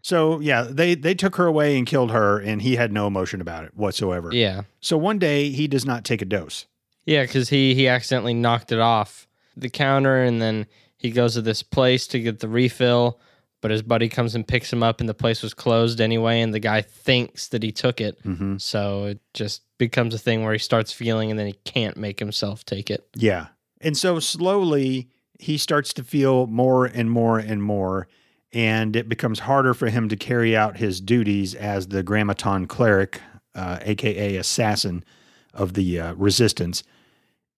A: so yeah, they they took her away and killed her and he had no emotion about it whatsoever.
B: yeah
A: So one day he does not take a dose.
B: Yeah, because he he accidentally knocked it off the counter, and then he goes to this place to get the refill. But his buddy comes and picks him up, and the place was closed anyway. And the guy thinks that he took it,
A: Mhm.
B: so it just becomes a thing where he starts feeling, and then he can't make himself take it.
A: Yeah. And so slowly he starts to feel more and more and more. And it becomes harder for him to carry out his duties as the Grammaton cleric, uh, AKA assassin of the uh, resistance.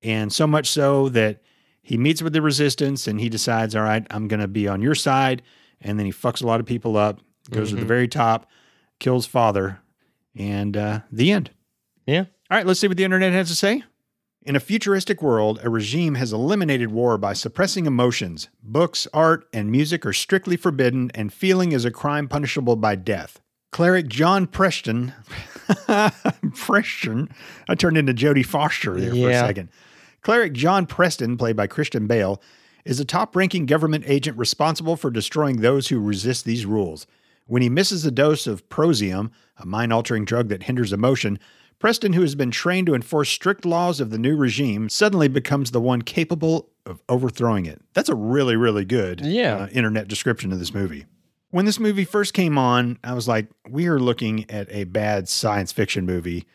A: And so much so that he meets with the resistance and he decides, all right, I'm going to be on your side. And then he fucks a lot of people up, goes to the
B: Mhm.
A: very top, kills father, and uh, the end.
B: Yeah.
A: All right, let's see what the internet has to say. In a futuristic world, a regime has eliminated war by suppressing emotions. Books, art, and music are strictly forbidden, and feeling is a crime punishable by death. Cleric John Preston, Preston, I turned into Jodie Foster there for a
B: Yeah.
A: second. Cleric John Preston, played by Christian Bale, is a top ranking government agent responsible for destroying those who resist these rules. When he misses a dose of prosium, a mind altering drug that hinders emotion, Preston, who has been trained to enforce strict laws of the new regime, suddenly becomes the one capable of overthrowing it. That's a really, really good
B: Yeah.
A: uh, internet description of this movie. When this movie first came on, I was like, we are looking at a bad science fiction movie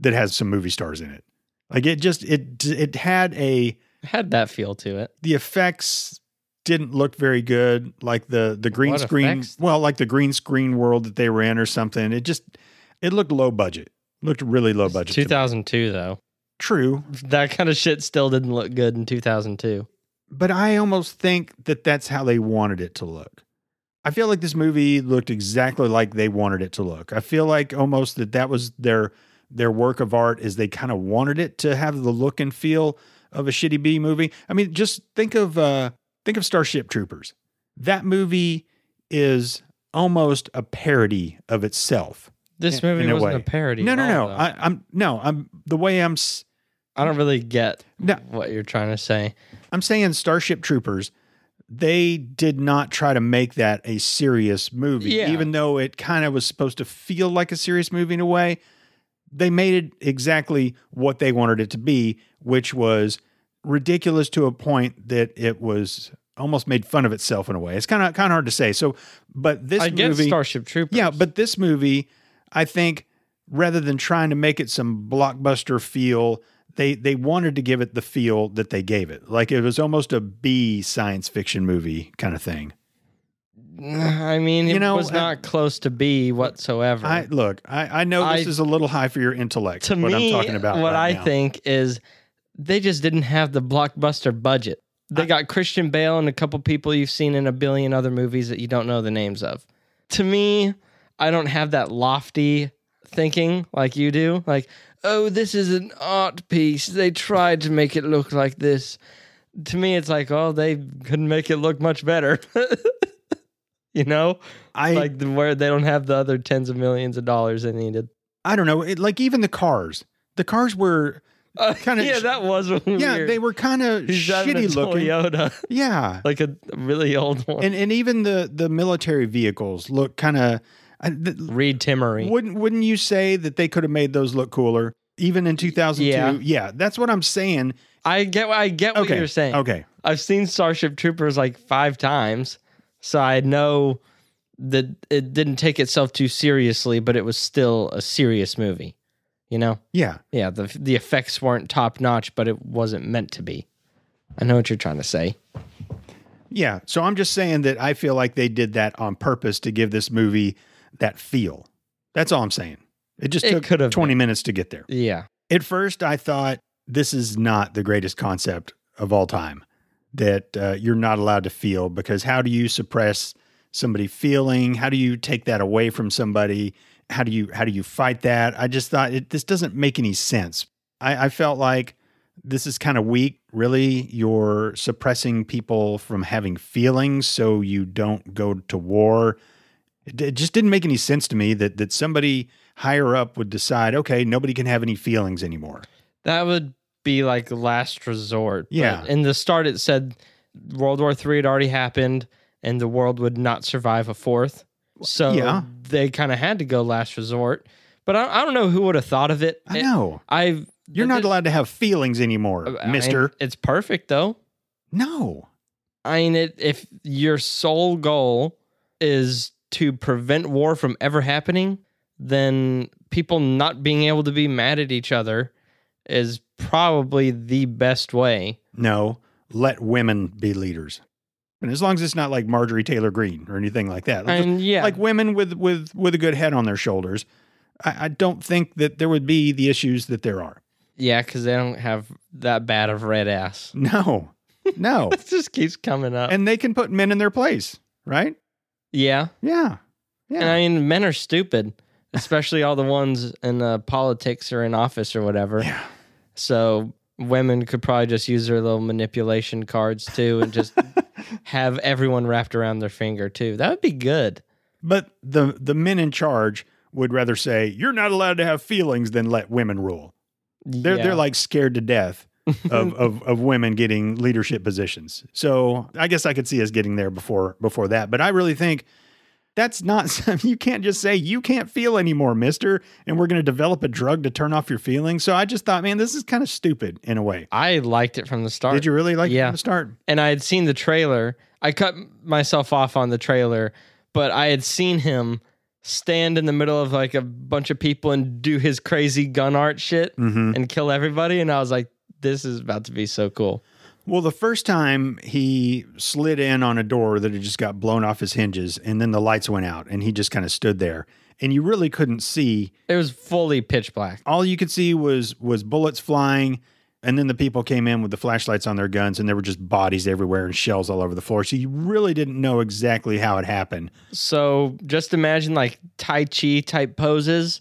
A: that has some movie stars in it. Like it just it it had a
B: It had that feel to it.
A: the effects didn't look very good like the the green
B: What
A: screen
B: effects?
A: well like the green screen world that they were in or something it just it looked low budget looked really low budget to me.
B: 2002 though,
A: true
B: that kind of shit still didn't look good in 2002.
A: but i almost think that that's how they wanted it to look i feel like this movie looked exactly like they wanted it to look i feel like almost that that was their their work of art is they kind of wanted it to have the look and feel of a shitty b movie i mean just think of uh think of starship troopers that movie is almost a parody of itself
B: This
A: In-
B: movie
A: in a
B: wasn't
A: way.
B: a parody.
A: no
B: at
A: no
B: all,
A: no
B: though.
A: I, i'm no i'm the way i'm s-
B: I don't really get
A: No.
B: what you're trying to say.
A: I'm saying Starship Troopers, they did not try to make that a serious movie,
B: Yeah.
A: even though it kind of was supposed to feel like a serious movie in a way. they made it exactly what they wanted it to be, which was ridiculous to a point that it was almost made fun of itself in a way. It's kind of kind of hard to say. So, but this
B: I get
A: movie,
B: Starship Troopers.
A: yeah, but this movie, I think, rather than trying to make it some blockbuster feel, they they wanted to give it the feel that they gave it. Like it was almost a B science fiction movie kind of thing.
B: I mean, it
A: You know,
B: was
A: uh,
B: not close to B whatsoever.
A: I look, I, I know this
B: I-
A: is a little high for your intellect.
B: to
A: what
B: me,
A: I'm talking about,
B: what
A: right
B: I
A: now.
B: think is they just didn't have the blockbuster budget. They
A: I-
B: got Christian Bale and a couple people you've seen in a billion other movies that you don't know the names of. To me, I don't have that lofty thinking like you do. Like, oh, this is an art piece. They tried to make it look like this. To me, it's like, oh, they couldn't make it look much better. you know,
A: I
B: like the, where they don't have the other tens of millions of dollars they needed.
A: I don't know. It, like even the cars, the cars were
B: Uh,
A: Kinda
B: yeah,
A: sh-
B: that was weird.
A: yeah, they were kind of
B: He's driving a
A: shitty looking.
B: Toyota,
A: Yeah,
B: like a really old one.
A: and and even the the military vehicles look kind of.
B: Reed Timmery.
A: Wouldn't wouldn't you say that they could have made those look cooler even in 2002?
B: Yeah.
A: that's what I'm saying.
B: I get. I get what
A: Okay.
B: you're saying.
A: Okay.
B: I've seen Starship Troopers like five times, so I know that it didn't take itself too seriously, but it was still a serious movie. You know?
A: Yeah.
B: Yeah. The the effects weren't top notch, but it wasn't meant to be. I know what you're trying to say.
A: Yeah. So I'm just saying that I feel like they did that on purpose to give this movie that feel. That's all I'm saying. It just
B: It could
A: took
B: have
A: 20 minutes to get there.
B: Yeah.
A: At first, I thought this is not the greatest concept of all time that uh, you're not allowed to feel because how do you suppress somebody feeling? How do you take that away from somebody? How do you how do you fight that? I just thought it, this doesn't make any sense. I, I felt like this is kind of weak. Really, you're suppressing people from having feelings so you don't go to war. It, it just didn't make any sense to me that that somebody higher up would decide, okay, nobody can have any feelings anymore.
B: That would be like last resort. but
A: Yeah.
B: in the start, it said World War Three had already happened, and the world would not survive a fourth. So
A: yeah.
B: they kind of had to go last resort. But I, I don't know who would have thought of it.
A: I know
B: I've
A: you're not allowed to have feelings anymore,
B: Uh, I- I-
A: Mister.
B: It's perfect though.
A: No.
B: I mean, it, if your sole goal is to prevent war from ever happening, then people not being able to be mad at each other is probably the best way.
A: No, let women be leaders. And as long as it's not like Marjorie Taylor Greene or anything like that, Like,
B: And yeah,
A: like women with with with a good head on their shoulders, I, I don't think that there would be the issues that there are.
B: Yeah, because they don't have that bad of red ass.
A: No, no,
B: It just keeps coming up.
A: and they can put men in their place, right?
B: yeah.
A: Yeah,
B: And
A: yeah,
B: I mean, men are stupid, especially all the ones in uh, politics or in office or whatever.
A: yeah.
B: So women could probably just use their little manipulation cards too and just have everyone wrapped around their finger too. That would be good.
A: But the the men in charge would rather say you're not allowed to have feelings than let women rule. They're
B: Yeah.
A: they're like scared to death of, of of women getting leadership positions. So I guess I could see us getting there before before that. But I really think that's not something you can't just say you can't feel anymore, mister, and we're gonna develop a drug to turn off your feelings. So I just thought, man, this is kind of stupid in a way.
B: I liked it from the start.
A: Did you really like
B: Yeah.
A: the start?
B: and I had seen the trailer. I cut myself off on the trailer, but I had seen him stand in the middle of like a bunch of people and do his crazy gun art shit
A: Mm-hmm.
B: and kill everybody. And I was like, this is about to be so cool.
A: Well, the first time he slid in on a door that had just got blown off his hinges, and then the lights went out, and he just kind of stood there, and you really couldn't see.
B: It was fully pitch black.
A: All you could see was was bullets flying, and then the people came in with the flashlights on their guns, and there were just bodies everywhere and shells all over the floor. So you really didn't know exactly how it happened.
B: So just imagine like Tai Chi type poses,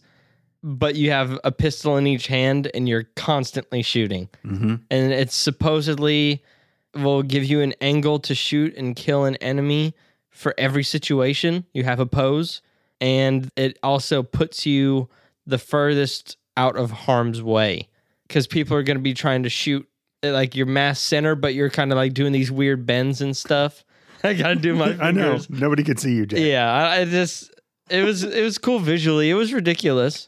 B: but you have a pistol in each hand and you're constantly shooting.
A: Mm-hmm.
B: and it's supposedly will give you an angle to shoot and kill an enemy for every situation. You have a pose, and it also puts you the furthest out of harm's way because people are going to be trying to shoot at like your mass center, but you're kind of like doing these weird bends and stuff. I got to do my.
A: I know
B: fingers.
A: nobody could see you, Jack.
B: Yeah, I, I just it was it was cool visually. It was ridiculous,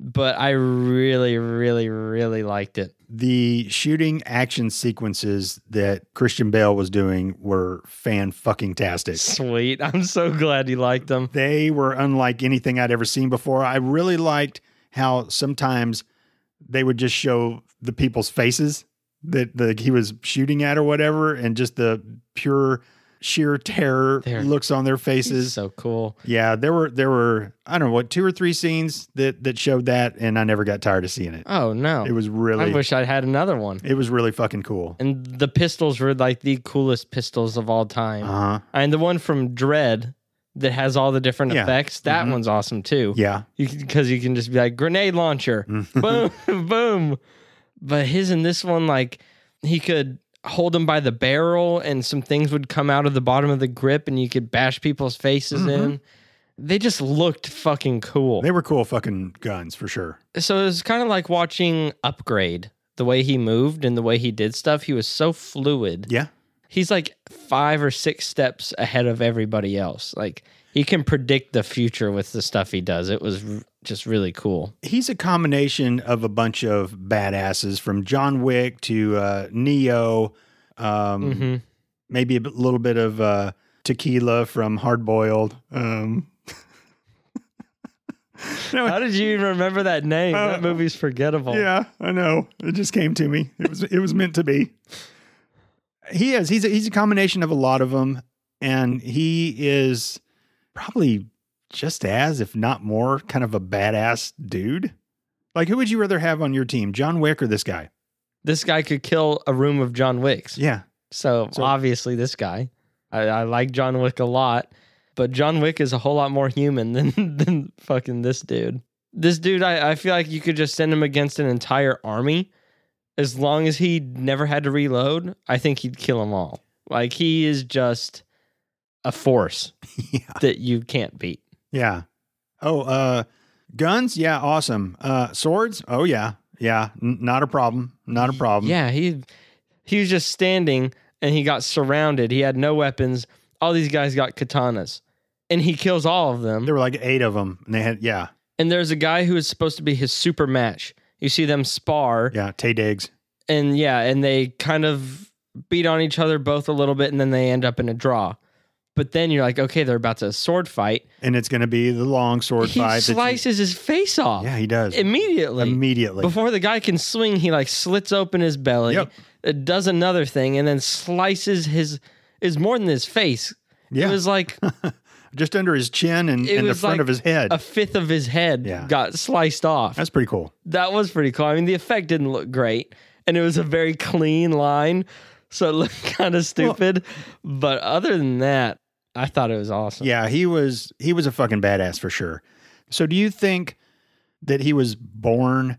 B: but I really, really, really liked it.
A: The shooting action sequences that Christian Bale was doing were fan fucking tastic.
B: Sweet. I'm so glad you liked them.
A: They were unlike anything I'd ever seen before. I really liked how sometimes they would just show the people's faces that the, he was shooting at or whatever, and just the pure sheer terror
B: They're-
A: looks on their
B: This is
A: faces.
B: so cool.
A: Yeah, there were there were I don't know what two or three scenes that that showed that, and I never got tired of seeing it.
B: Oh no.
A: It was really
B: I wish I'd had another one.
A: it was really fucking cool.
B: And the pistols were like the coolest pistols of all time.
A: Uh huh.
B: And the one from Dread that has all the different
A: Yeah.
B: effects, that
A: Mhm.
B: one's awesome too.
A: Yeah. Mm-hmm.
B: Because you can just be like, grenade launcher, boom, boom. But his in this one, like, he could hold them by the barrel and some things would come out of the bottom of the grip and you could bash people's faces
A: Mhm.
B: in. They just looked fucking cool.
A: They were cool fucking guns for sure.
B: so it was kind of like watching Upgrade. The way he moved and the way he did stuff, he was so fluid.
A: Yeah.
B: He's like five or six steps ahead of everybody else. Like he can predict the future with the stuff he does. It was r- just really cool.
A: He's a combination of a bunch of badasses from John Wick to uh, Neo, um,
B: hmm
A: maybe a bit- little bit of uh, tequila from Hard Boiled. Um, no,
B: How did you even remember that name?
A: Uh,
B: that movie's forgettable.
A: Yeah, I know. It just came to me. It was it was meant to be. He is. He's a, he's a combination of a lot of them, and he is probably just as, if not more, kind of a badass dude. Like, who would you rather have on your team, John Wick or this guy?
B: This guy could kill a room of John Wicks.
A: Yeah,
B: So,
A: So-
B: obviously, this guy. I, I like John Wick a lot, but John Wick is a whole lot more human than than fucking this dude. This dude, I, I feel like you could just send him against an entire army. As long as he never had to reload, I think he'd kill them all. Like he is just a force
A: yeah,
B: that you can't beat.
A: yeah. Oh, uh, guns. Yeah, awesome. Uh, swords. Oh yeah, yeah. N- not a problem. Not a problem.
B: Yeah, he he was just standing and he got surrounded. He had no weapons. All these guys got katanas. And he kills all of them.
A: There were like eight of them, and they had yeah,
B: and there's a guy who is supposed to be his super match. You see them spar,
A: yeah. Tay digs.
B: and yeah, and they kind of beat on each other both a little bit, and then they end up in a draw. But then you're like, okay, they're about to sword fight.
A: and it's going to be the long sword
B: he
A: fight. that you-
B: slices his face off
A: yeah, he does
B: immediately.
A: immediately.
B: Before the guy can swing, he like slits open his belly,
A: Yep.
B: uh, does another thing, and then slices his is more than his face.
A: yeah,
B: It was like
A: just under his chin and,
B: It
A: and the
B: was
A: front
B: like
A: of his head.
B: a fifth of his head
A: Yeah.
B: got sliced off.
A: That's pretty cool.
B: that was pretty cool. I mean, the effect didn't look great, and it was a very clean line, so it looked kind of stupid. but other than that, I thought it was awesome.
A: Yeah, he was he was a fucking badass for sure. So do you think that he was born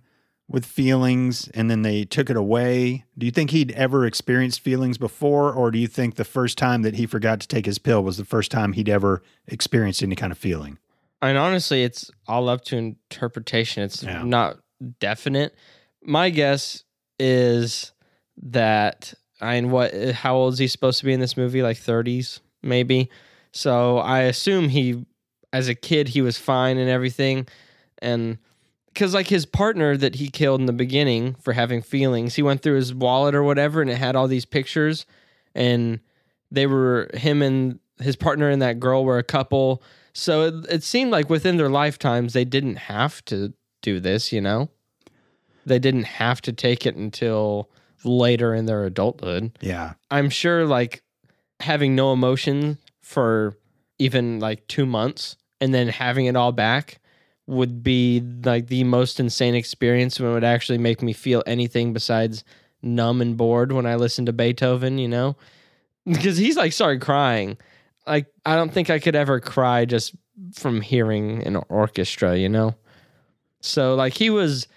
A: with feelings and then they took it away? Do you think he'd ever experienced feelings before or do you think the first time that he forgot to take his pill was the first time he'd ever experienced any kind of feeling?
B: and honestly, it's all up to interpretation. It's
A: Yeah.
B: not definite. My guess is that I mean, what? How old is he supposed to be in this movie? Like thirties, maybe. So I assume he, as a kid, he was fine and everything, and because like his partner that he killed in the beginning for having feelings, he went through his wallet or whatever, and it had all these pictures, and they were him and his partner and that girl were a couple. So it, it seemed like within their lifetimes, they didn't have to do this, you know? They didn't have to take it until later in their adulthood.
A: Yeah.
B: I'm sure, like, having no emotion for even like two months and then having it all back would be like the most insane experience when it would actually make me feel anything besides numb and bored when I listen to Beethoven, you know? Because he's like started crying. Like I don't think I could ever cry just from hearing an orchestra, you know? So like he was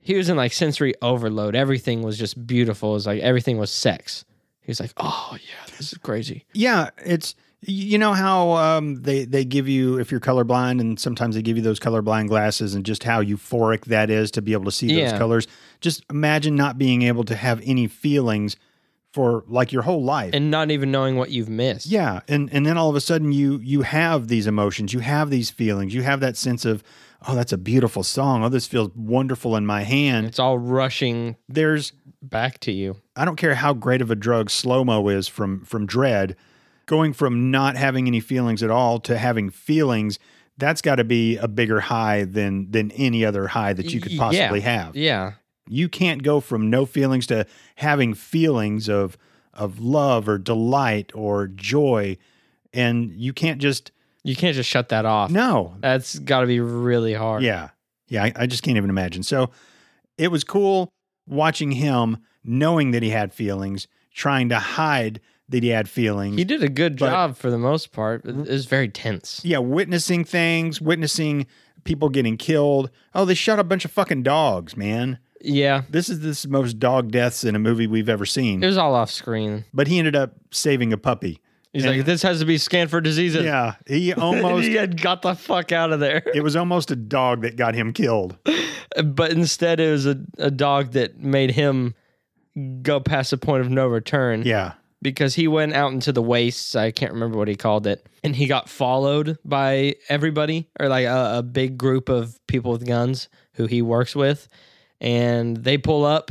B: he was in like sensory overload. Everything was just beautiful. It was like everything was sex. He was like, Oh yeah, this is crazy.
A: Yeah, it's you know how um, they they give you if you're colorblind, and sometimes they give you those colorblind glasses, and just how euphoric that is to be able to see those
B: Yeah.
A: colors. Just imagine not being able to have any feelings for like your whole life.
B: And not even knowing what you've missed.
A: yeah, and and then all of a sudden you you have these emotions, you have these feelings, you have that sense of oh, that's a beautiful song. Oh, this feels wonderful in my hand.
B: It's all rushing
A: There's
B: back to you.
A: I don't care how great of a drug slow mo is from from dread, going from not having any feelings at all to having feelings. That's got to be a bigger high than than any other high that you could
B: Y- yeah.
A: possibly have.
B: Yeah.
A: You can't go from no feelings to having feelings of of love or delight or joy, and you can't just
B: You can't just shut that off.
A: no.
B: That's got to be really hard.
A: Yeah. Yeah. I, I just can't even imagine. So it was cool watching him knowing that he had feelings, trying to hide that he had feelings.
B: He did a good
A: But-
B: job for the most part. It was very tense.
A: yeah. Witnessing things, witnessing people getting killed. Oh, they shot a bunch of fucking dogs, man.
B: Yeah.
A: This is this most dog deaths in a movie we've ever
B: It
A: seen.
B: was all off screen.
A: But he ended up saving a puppy.
B: He's
A: And-
B: like, this has to be scanned for diseases.
A: Yeah. He
B: Almost.
A: almost,
B: he had got the fuck out of there.
A: it was almost a dog that got him killed.
B: but instead, it was a, a dog that made him go past the point of no return
A: Yeah.
B: because he went out into the wastes. I can't remember what he called it. And he got followed by everybody or like a, a big group of people with guns who he works with. And they pull up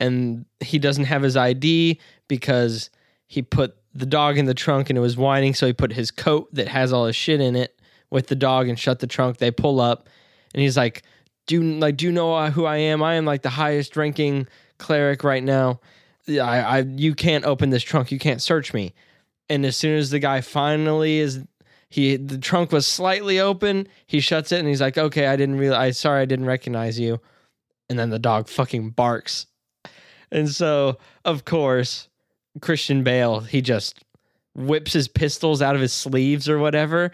B: and he doesn't have his ID because he put the dog in the trunk and it was whining. So he put his coat that has all his shit in it with the dog and shut the trunk. They pull up and he's like, do like do you know uh, who I am? I am like the highest ranking cleric right now. Yeah, I, I you can't open this trunk. You can't search me. And as soon as the guy finally is he the trunk was slightly open, he shuts it and he's like, "Okay, I didn't realize sorry I didn't recognize you." And then the dog fucking barks. And so, of course, Christian Bale, he just whips his pistols out of his sleeves or whatever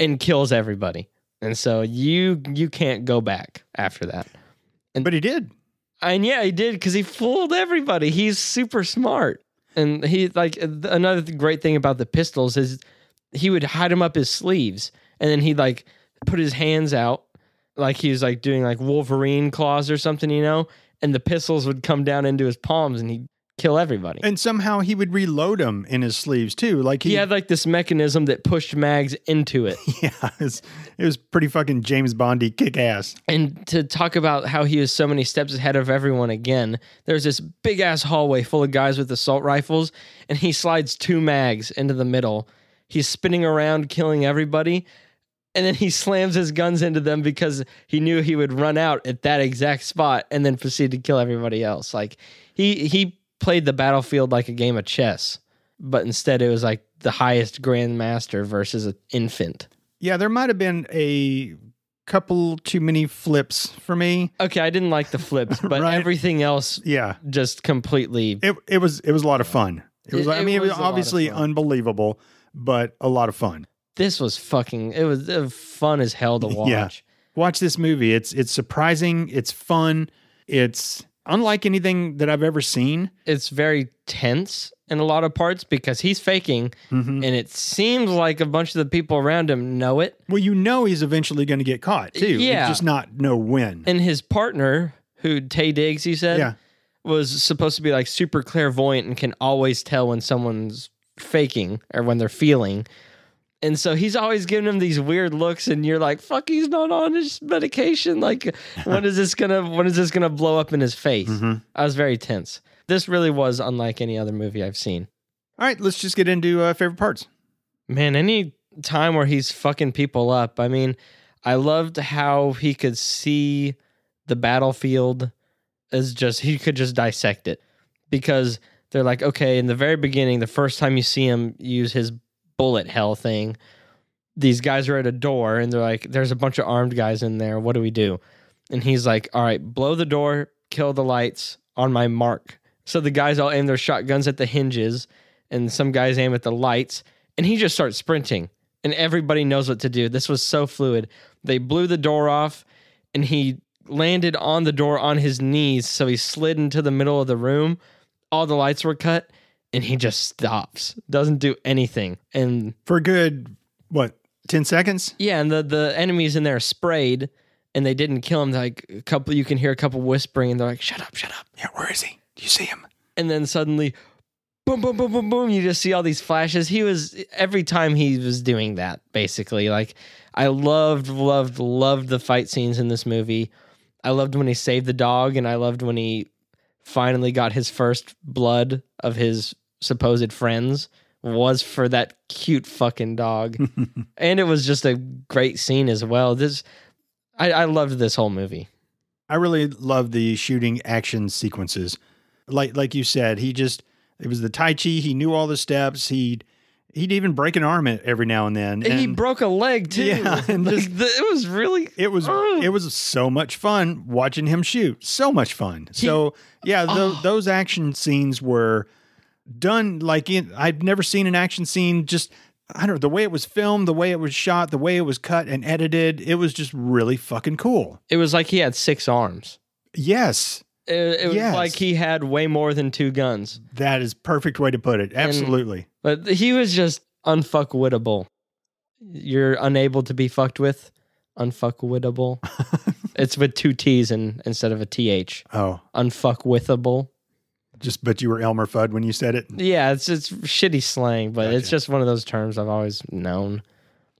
B: and kills everybody. And so you you can't go back after that.
A: But he did.
B: And yeah, he did because he fooled everybody. He's super smart. And he like uh, th- another th- great thing about the pistols is he would hide them up his sleeves, and then he'd like put his hands out like he was like doing like Wolverine claws or something, you know. And the pistols would come down into his palms, and he'd kill everybody.
A: And somehow he would reload them in his sleeves too. Like
B: he had like this mechanism that pushed mags into it.
A: Yeah, it was, it was pretty fucking James Bondy kick ass.
B: and to talk about how he was so many steps ahead of everyone again there's this big ass hallway full of guys with assault rifles and he slides two mags into the middle he's spinning around killing everybody and then he slams his guns into them because he knew he would run out at that exact spot and then proceed to kill everybody else like he he played the battlefield like a game of chess but instead it was like the highest grandmaster versus an infant
A: Yeah, there might have been a couple too many flips for me.
B: okay i didn't like the flips but
A: Right.
B: everything else
A: Yeah,
B: just completely
A: it it was it was a lot of fun. It was.
B: It-
A: I
B: it
A: mean, it was,
B: was a lot of
A: obviously
B: fun.
A: unbelievable, but a lot of fun.
B: this was fucking it was, it was fun as hell to watch
A: Yeah. Watch this movie. It's it's surprising. It's fun. It's unlike anything that I've ever seen.
B: it's very tense in a lot of parts because he's faking
A: Mhm.
B: and it seems like a bunch of the people around him know it
A: Well, you know he's eventually going to get caught too. You
B: Yeah.
A: just not know when.
B: and his partner who tay diggs he said
A: Yeah.
B: was supposed to be like super clairvoyant and can always tell when someone's faking or when they're feeling and so he's always giving him these weird looks and you're like fuck he's not on his medication like when is this gonna when is this gonna blow up in his face
A: Mhm.
B: I was very tense. This really was unlike any other movie I've seen.
A: All right, let's just get into uh, favorite parts.
B: Man, any time where he's fucking people up, I mean, I loved how he could see the battlefield as just, he could just dissect it because they're like, okay, in the very beginning, the first time you see him use his bullet hell thing, these guys are at a door and they're like, there's a bunch of armed guys in there. What do we do? And he's like, all right, blow the door, kill the lights on my mark. So the guys all aim their shotguns at the hinges and some guys aim at the lights and he just starts sprinting and everybody knows what to do. This was so fluid. They blew the door off and he landed on the door on his knees. So he slid into the middle of the room. All the lights were cut and he just stops, doesn't do anything. And
A: for a good what 10 seconds
B: Yeah, and the the enemies in there sprayed, and they didn't kill him. They're like a couple, you can hear a couple whispering, and they're like, "Shut up, shut up!"
A: yeah where is he do you see him
B: And then suddenly, boom, boom, boom, boom, boom. You just see all these flashes. He was every time he was doing that, basically. Like I loved, loved, loved the fight scenes in this movie. I loved when he saved the dog, and I loved when he finally got his first blood of his supposed friends was for that cute fucking dog. and it was just a great scene as well. This I, I loved this whole movie.
A: I really love the shooting action sequences. Like like you said, he just it was the tai chi. He knew all the steps. He'd he'd even break an arm every now and then.
B: And, he broke a leg too.
A: Yeah, and like-
B: Just the- it was really
A: it was
B: Oh.
A: it was so much fun watching him shoot. So much fun. so yeah, tho-
B: Oh.
A: those action scenes were done like in, I've never seen an action scene just. I don't know the way it was filmed, the way it was shot, the way it was cut and edited. It was just really fucking cool.
B: it was like he had six arms.
A: Yes,
B: It, it was
A: Yes.
B: like he had way more than two guns.
A: that is perfect way to put it. Absolutely.
B: But he was just unfuckwittable. You're unable to be fucked with. Unfuckwittable. it's with two T's in, instead of a TH.
A: oh,
B: Unfuckwithable.
A: just but you were Elmer Fudd when you said it.
B: Yeah, it's it's shitty slang, but it's
A: Gotcha.
B: just one of those terms I've always known.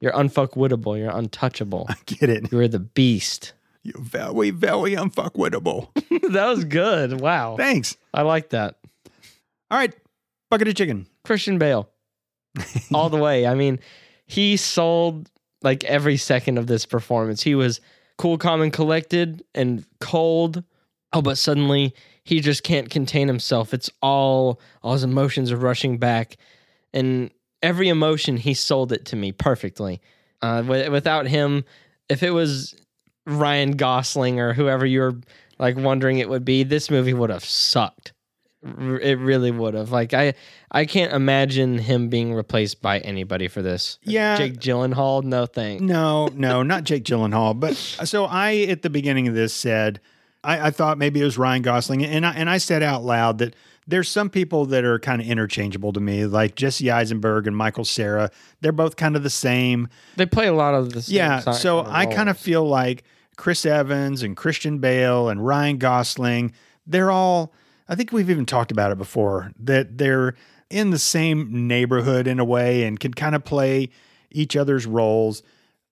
B: You're unfuckwittable. You're untouchable.
A: Get it?
B: You're the beast.
A: You're very, very unfuckwittable.
B: that was good. Wow.
A: Thanks.
B: I like that.
A: All right, bucket of chicken.
B: Christian Bale. All the way. I mean, he sold like every second of this performance. He was cool, calm, and collected and cold. Oh, but suddenly he just can't contain himself. It's all all his emotions are rushing back. And every emotion he sold it to me perfectly. Uh, wi- without him, if it was Ryan Gosling or whoever you were like wondering it would be, this movie would have sucked. R- it really would have. Like I, I can't imagine him being replaced by anybody for this.
A: Yeah.
B: Jake Gyllenhaal, no thanks.
A: No, no, not Jake Gyllenhaal. But uh, so I, at the beginning of this, said I, I thought maybe it was Ryan Gosling, and I, and I said out loud that there's some people that are kind of interchangeable to me, like Jesse Eisenberg and Michael Sarah. They're both kind of the same.
B: They play a lot of this.
A: Yeah. So I kind of feel like Chris Evans and Christian Bale and Ryan Gosling, they're all, I think we've even talked about it before, that they're in the same neighborhood in a way and can kind of play each other's roles.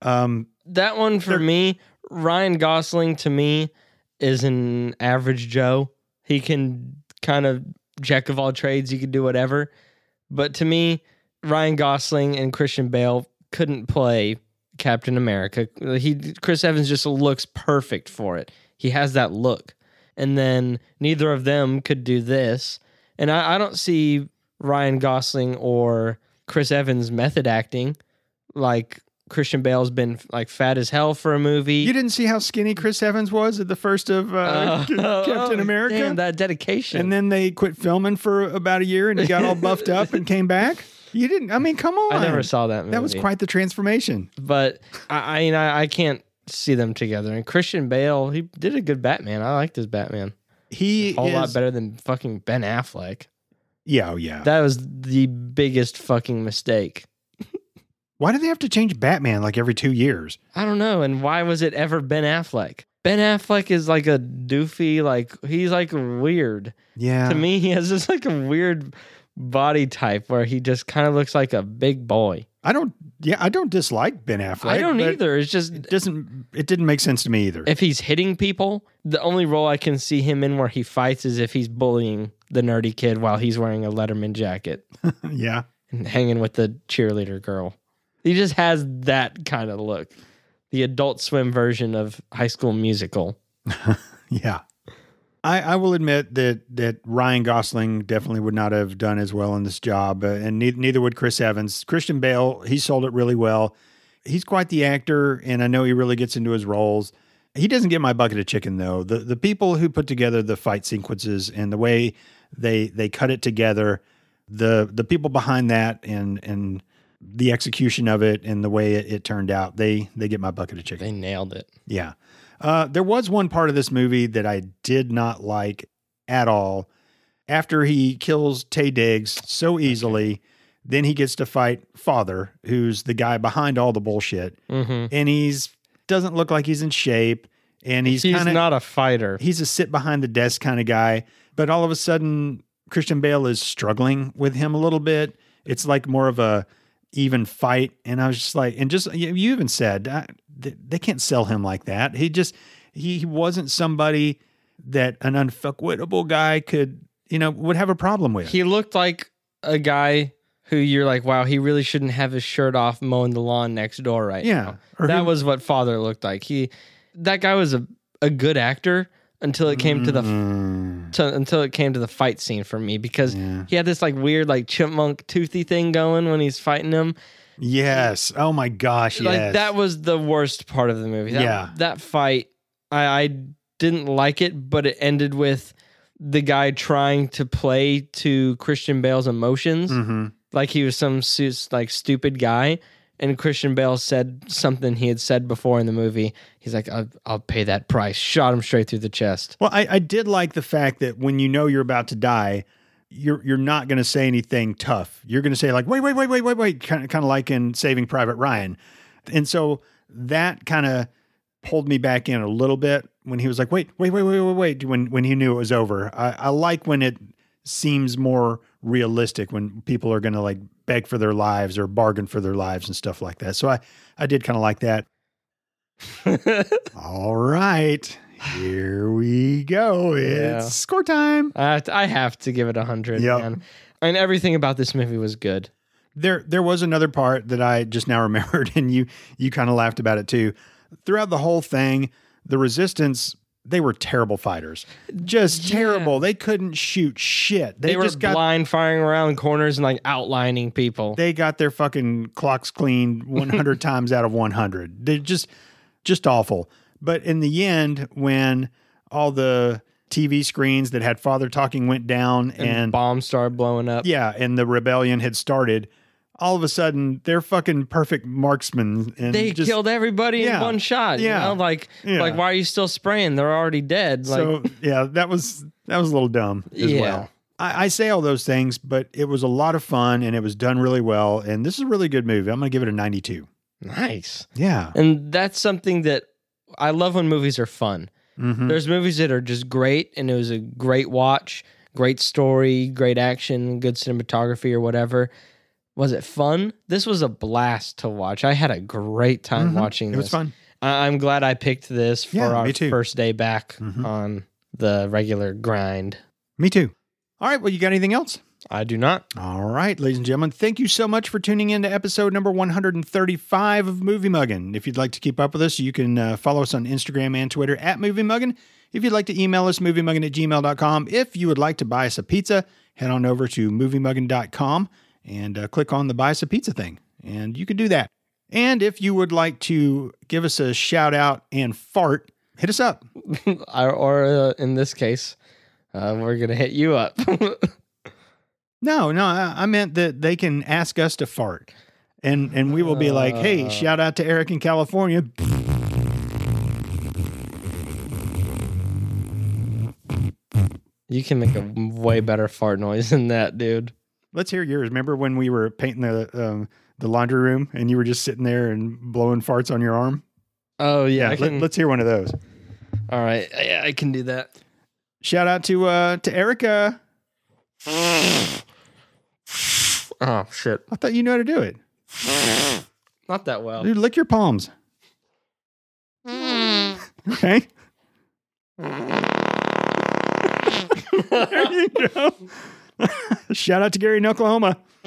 A: Um,
B: that one for me, Ryan Gosling to me is an average Joe. He can kind of jack of all trades. He can do whatever. But to me, Ryan Gosling and Christian Bale couldn't play Captain America. He Chris Evans just looks perfect for it. He has that look. And then neither of them could do this. And I, I don't see Ryan Gosling or Chris Evans method acting like Christian Bale's been like fat as hell for a movie.
A: you didn't see how skinny Chris Evans was at the first of uh,
B: Uh,
A: Captain
B: oh,
A: America?
B: Damn, that dedication.
A: and then they quit filming for about a year and he got all buffed up and came back. You didn't, I mean, come on.
B: I never saw that movie.
A: That was quite the transformation.
B: but I, I mean, I, I can't see them together. And Christian Bale, he did a good Batman. I liked his Batman
A: He
B: a whole lot
A: is-
B: better than fucking Ben Affleck.
A: Yeah, oh yeah.
B: That was the biggest fucking mistake.
A: Why do they have to change Batman like every two years?
B: I don't know. And why was it ever Ben Affleck? Ben Affleck is like a doofy, like he's like weird.
A: Yeah.
B: to me, he has this like a weird body type where he just kind of looks like a big boy.
A: I don't yeah, I don't dislike Ben Affleck.
B: I don't
A: but
B: either. It's just
A: It doesn't it didn't make sense to me either.
B: if he's hitting people, the only role I can see him in where he fights is if he's bullying the nerdy kid while he's wearing a Letterman jacket
A: yeah.
B: and hanging with the cheerleader girl. He just has that kind of look. The adult swim version of high school musical.
A: Yeah. I, I will admit that that Ryan Gosling definitely would not have done as well in this job, uh, and neither, neither would Chris Evans. Christian Bale, he sold it really well. He's quite the actor, and I know he really gets into his roles. He doesn't get my bucket of chicken though. The the people who put together the fight sequences and the way they they cut it together, the the people behind that and and the execution of it and the way it, it turned out, they they get my bucket of chicken.
B: They nailed it.
A: Yeah. Uh, there was one part of this movie that I did not like at all. After he kills Tay Diggs so easily, then he gets to fight Father, who's the guy behind all the bullshit,
B: hmm
A: and he's doesn't look like he's in shape, and he's,
B: He's,
A: kind of
B: not a fighter.
A: he's a sit behind the desk kind of guy. But all of a sudden, Christian Bale is struggling with him a little bit. It's like more of a even fight, and I was just like, and just you, you even said I, th- they can't sell him like that. He just he, he wasn't somebody that an unfuckwittable guy could you know would have a problem with.
B: He looked like a guy who you're like, wow, he really shouldn't have his shirt off mowing the lawn next door right
A: yeah,
B: now.
A: or
B: that
A: who-
B: was what father looked like. He that guy was a, a good actor until it came to the
A: Mm,
B: to, until it came to the fight scene for me because
A: yeah.
B: he had this like weird like chipmunk toothy thing going when he's fighting him.
A: yes. Oh my gosh, yes.
B: Like that was the worst part of the movie. That,
A: Yeah.
B: that fight, I, I didn't like it, but it ended with the guy trying to play to Christian Bale's emotions,
A: hmm
B: like he was some su- like stupid guy. And Christian Bale said something he had said before in the movie. He's like, "I'll, I'll pay that price." Shot him straight through the chest.
A: Well, I, I did like the fact that when you know you're about to die, you're you're not going to say anything tough. You're going to say like, wait, wait, wait, wait, wait, wait, kind of kind of like in Saving Private Ryan, and so that kind of pulled me back in a little bit when he was like, wait, wait, wait, wait, wait, wait, when when he knew it was over. I, I like when it seems more realistic when people are going to like beg for their lives or bargain for their lives and stuff like that. So I I did kind of like that. All right. Here we go. It's
B: Yeah.
A: score time.
B: I, have to- I have to give it a hundred.
A: Yep.
B: man. And everything about this movie was good.
A: There there was another part that I just now remembered and you you kind of laughed about it too. Throughout the whole thing, the resistance they were terrible fighters. Just
B: Yeah.
A: terrible. They couldn't shoot shit. They,
B: They, were
A: just got
B: blind firing around corners and like outlining people.
A: they got their fucking clocks cleaned 100 times out of 100. They're just just awful. But in the end when all the TV screens that had father talking went down
B: and,
A: and
B: bombs started blowing up.
A: yeah, and the rebellion had started, all of a sudden they're fucking perfect marksmen and
B: They
A: just,
B: killed everybody
A: Yeah.
B: in one shot.
A: Yeah.
B: You know? Like
A: Yeah.
B: like why are you still spraying? They're already dead. Like
A: so yeah, that was that was a little dumb as
B: Yeah.
A: well. I, I say all those things, but it was a lot of fun and it was done really well. And this is a really good movie. I'm gonna give it a 92.
B: nice.
A: Yeah.
B: And that's something that I love when movies are fun.
A: Mhm.
B: There's movies that are just great and it was a great watch, great story, great action, good cinematography or whatever. Was it fun? This was a blast to watch. I had a great time
A: Mhm.
B: watching
A: It
B: this.
A: was fun.
B: I- I'm glad I picked this for
A: Yeah,
B: our
A: me too.
B: first day back
A: Mhm.
B: on the regular grind.
A: Me too. All right, well, you got anything else?
B: I do not.
A: All right, ladies and gentlemen, thank you so much for tuning in to episode number 135 of Movie Muggin. If you'd like to keep up with us, you can uh, follow us on Instagram and Twitter at Movie Muggin. If you'd like to email us, moviemuggin at gmail.com. If you would like to buy us a pizza, head on over to moviemuggin.com and uh, click on the buy us a pizza thing, and you can do that. And if you would like to give us a shout out and fart, hit us up.
B: I, or uh, in this case, uh, we're going to hit you up.
A: No, no, I, I meant that they can ask us to fart, and and we will be like, hey,
B: Uh.
A: shout out to Eric in California.
B: you can make a way better fart noise than that, dude.
A: Let's hear yours. Remember when we were painting the um, the laundry room, and you were just sitting there and blowing farts on your arm?
B: Oh, yeah. I
A: Let,
B: can-
A: us hear one of those.
B: all right. Yeah, I can do that.
A: Shout out to uh to Erica.
B: Oh, shit.
A: I thought you knew how to do it.
B: Not that well.
A: Oh. Dude, lick your palms. Okay. there you go. Shout out to Gary in Oklahoma.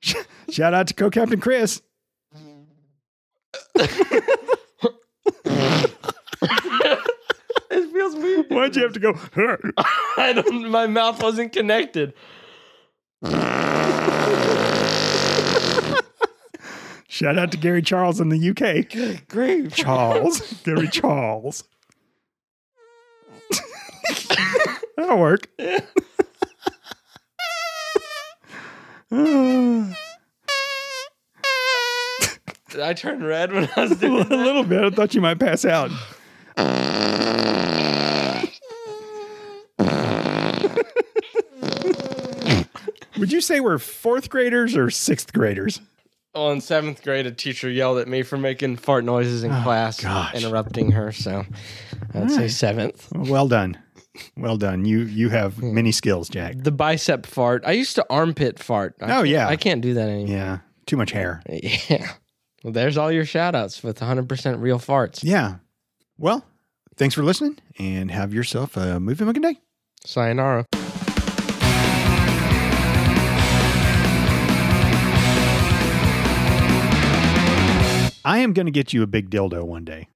A: Sh- Shout out to co captain Chris.
B: it feels weird.
A: Why'd you have to go?
B: I don't, my mouth wasn't connected.
A: Shout out to Gary Charles in the UK.
B: Great.
A: Charles. Gary Charles. That'll work. Uh,
B: Did I turn red when I was
A: a
B: doing that?
A: little bit. I thought you might pass out. Would you say we're fourth graders or sixth graders?
B: Well, in seventh grade, a teacher yelled at me for making fart noises in class,
A: gosh.
B: interrupting her. So I'd say seventh.
A: Well done. Well done. You you have many skills, Jack.
B: The bicep fart. I used to armpit fart. I
A: Oh,
B: can't-
A: yeah.
B: I can't do that anymore.
A: Yeah. Too much hair.
B: Yeah. Well, there's all your shout outs with 100% real farts.
A: Yeah. Well, thanks for listening and have yourself a movie making day.
B: Sayonara.
A: I am going to get you a big dildo one day.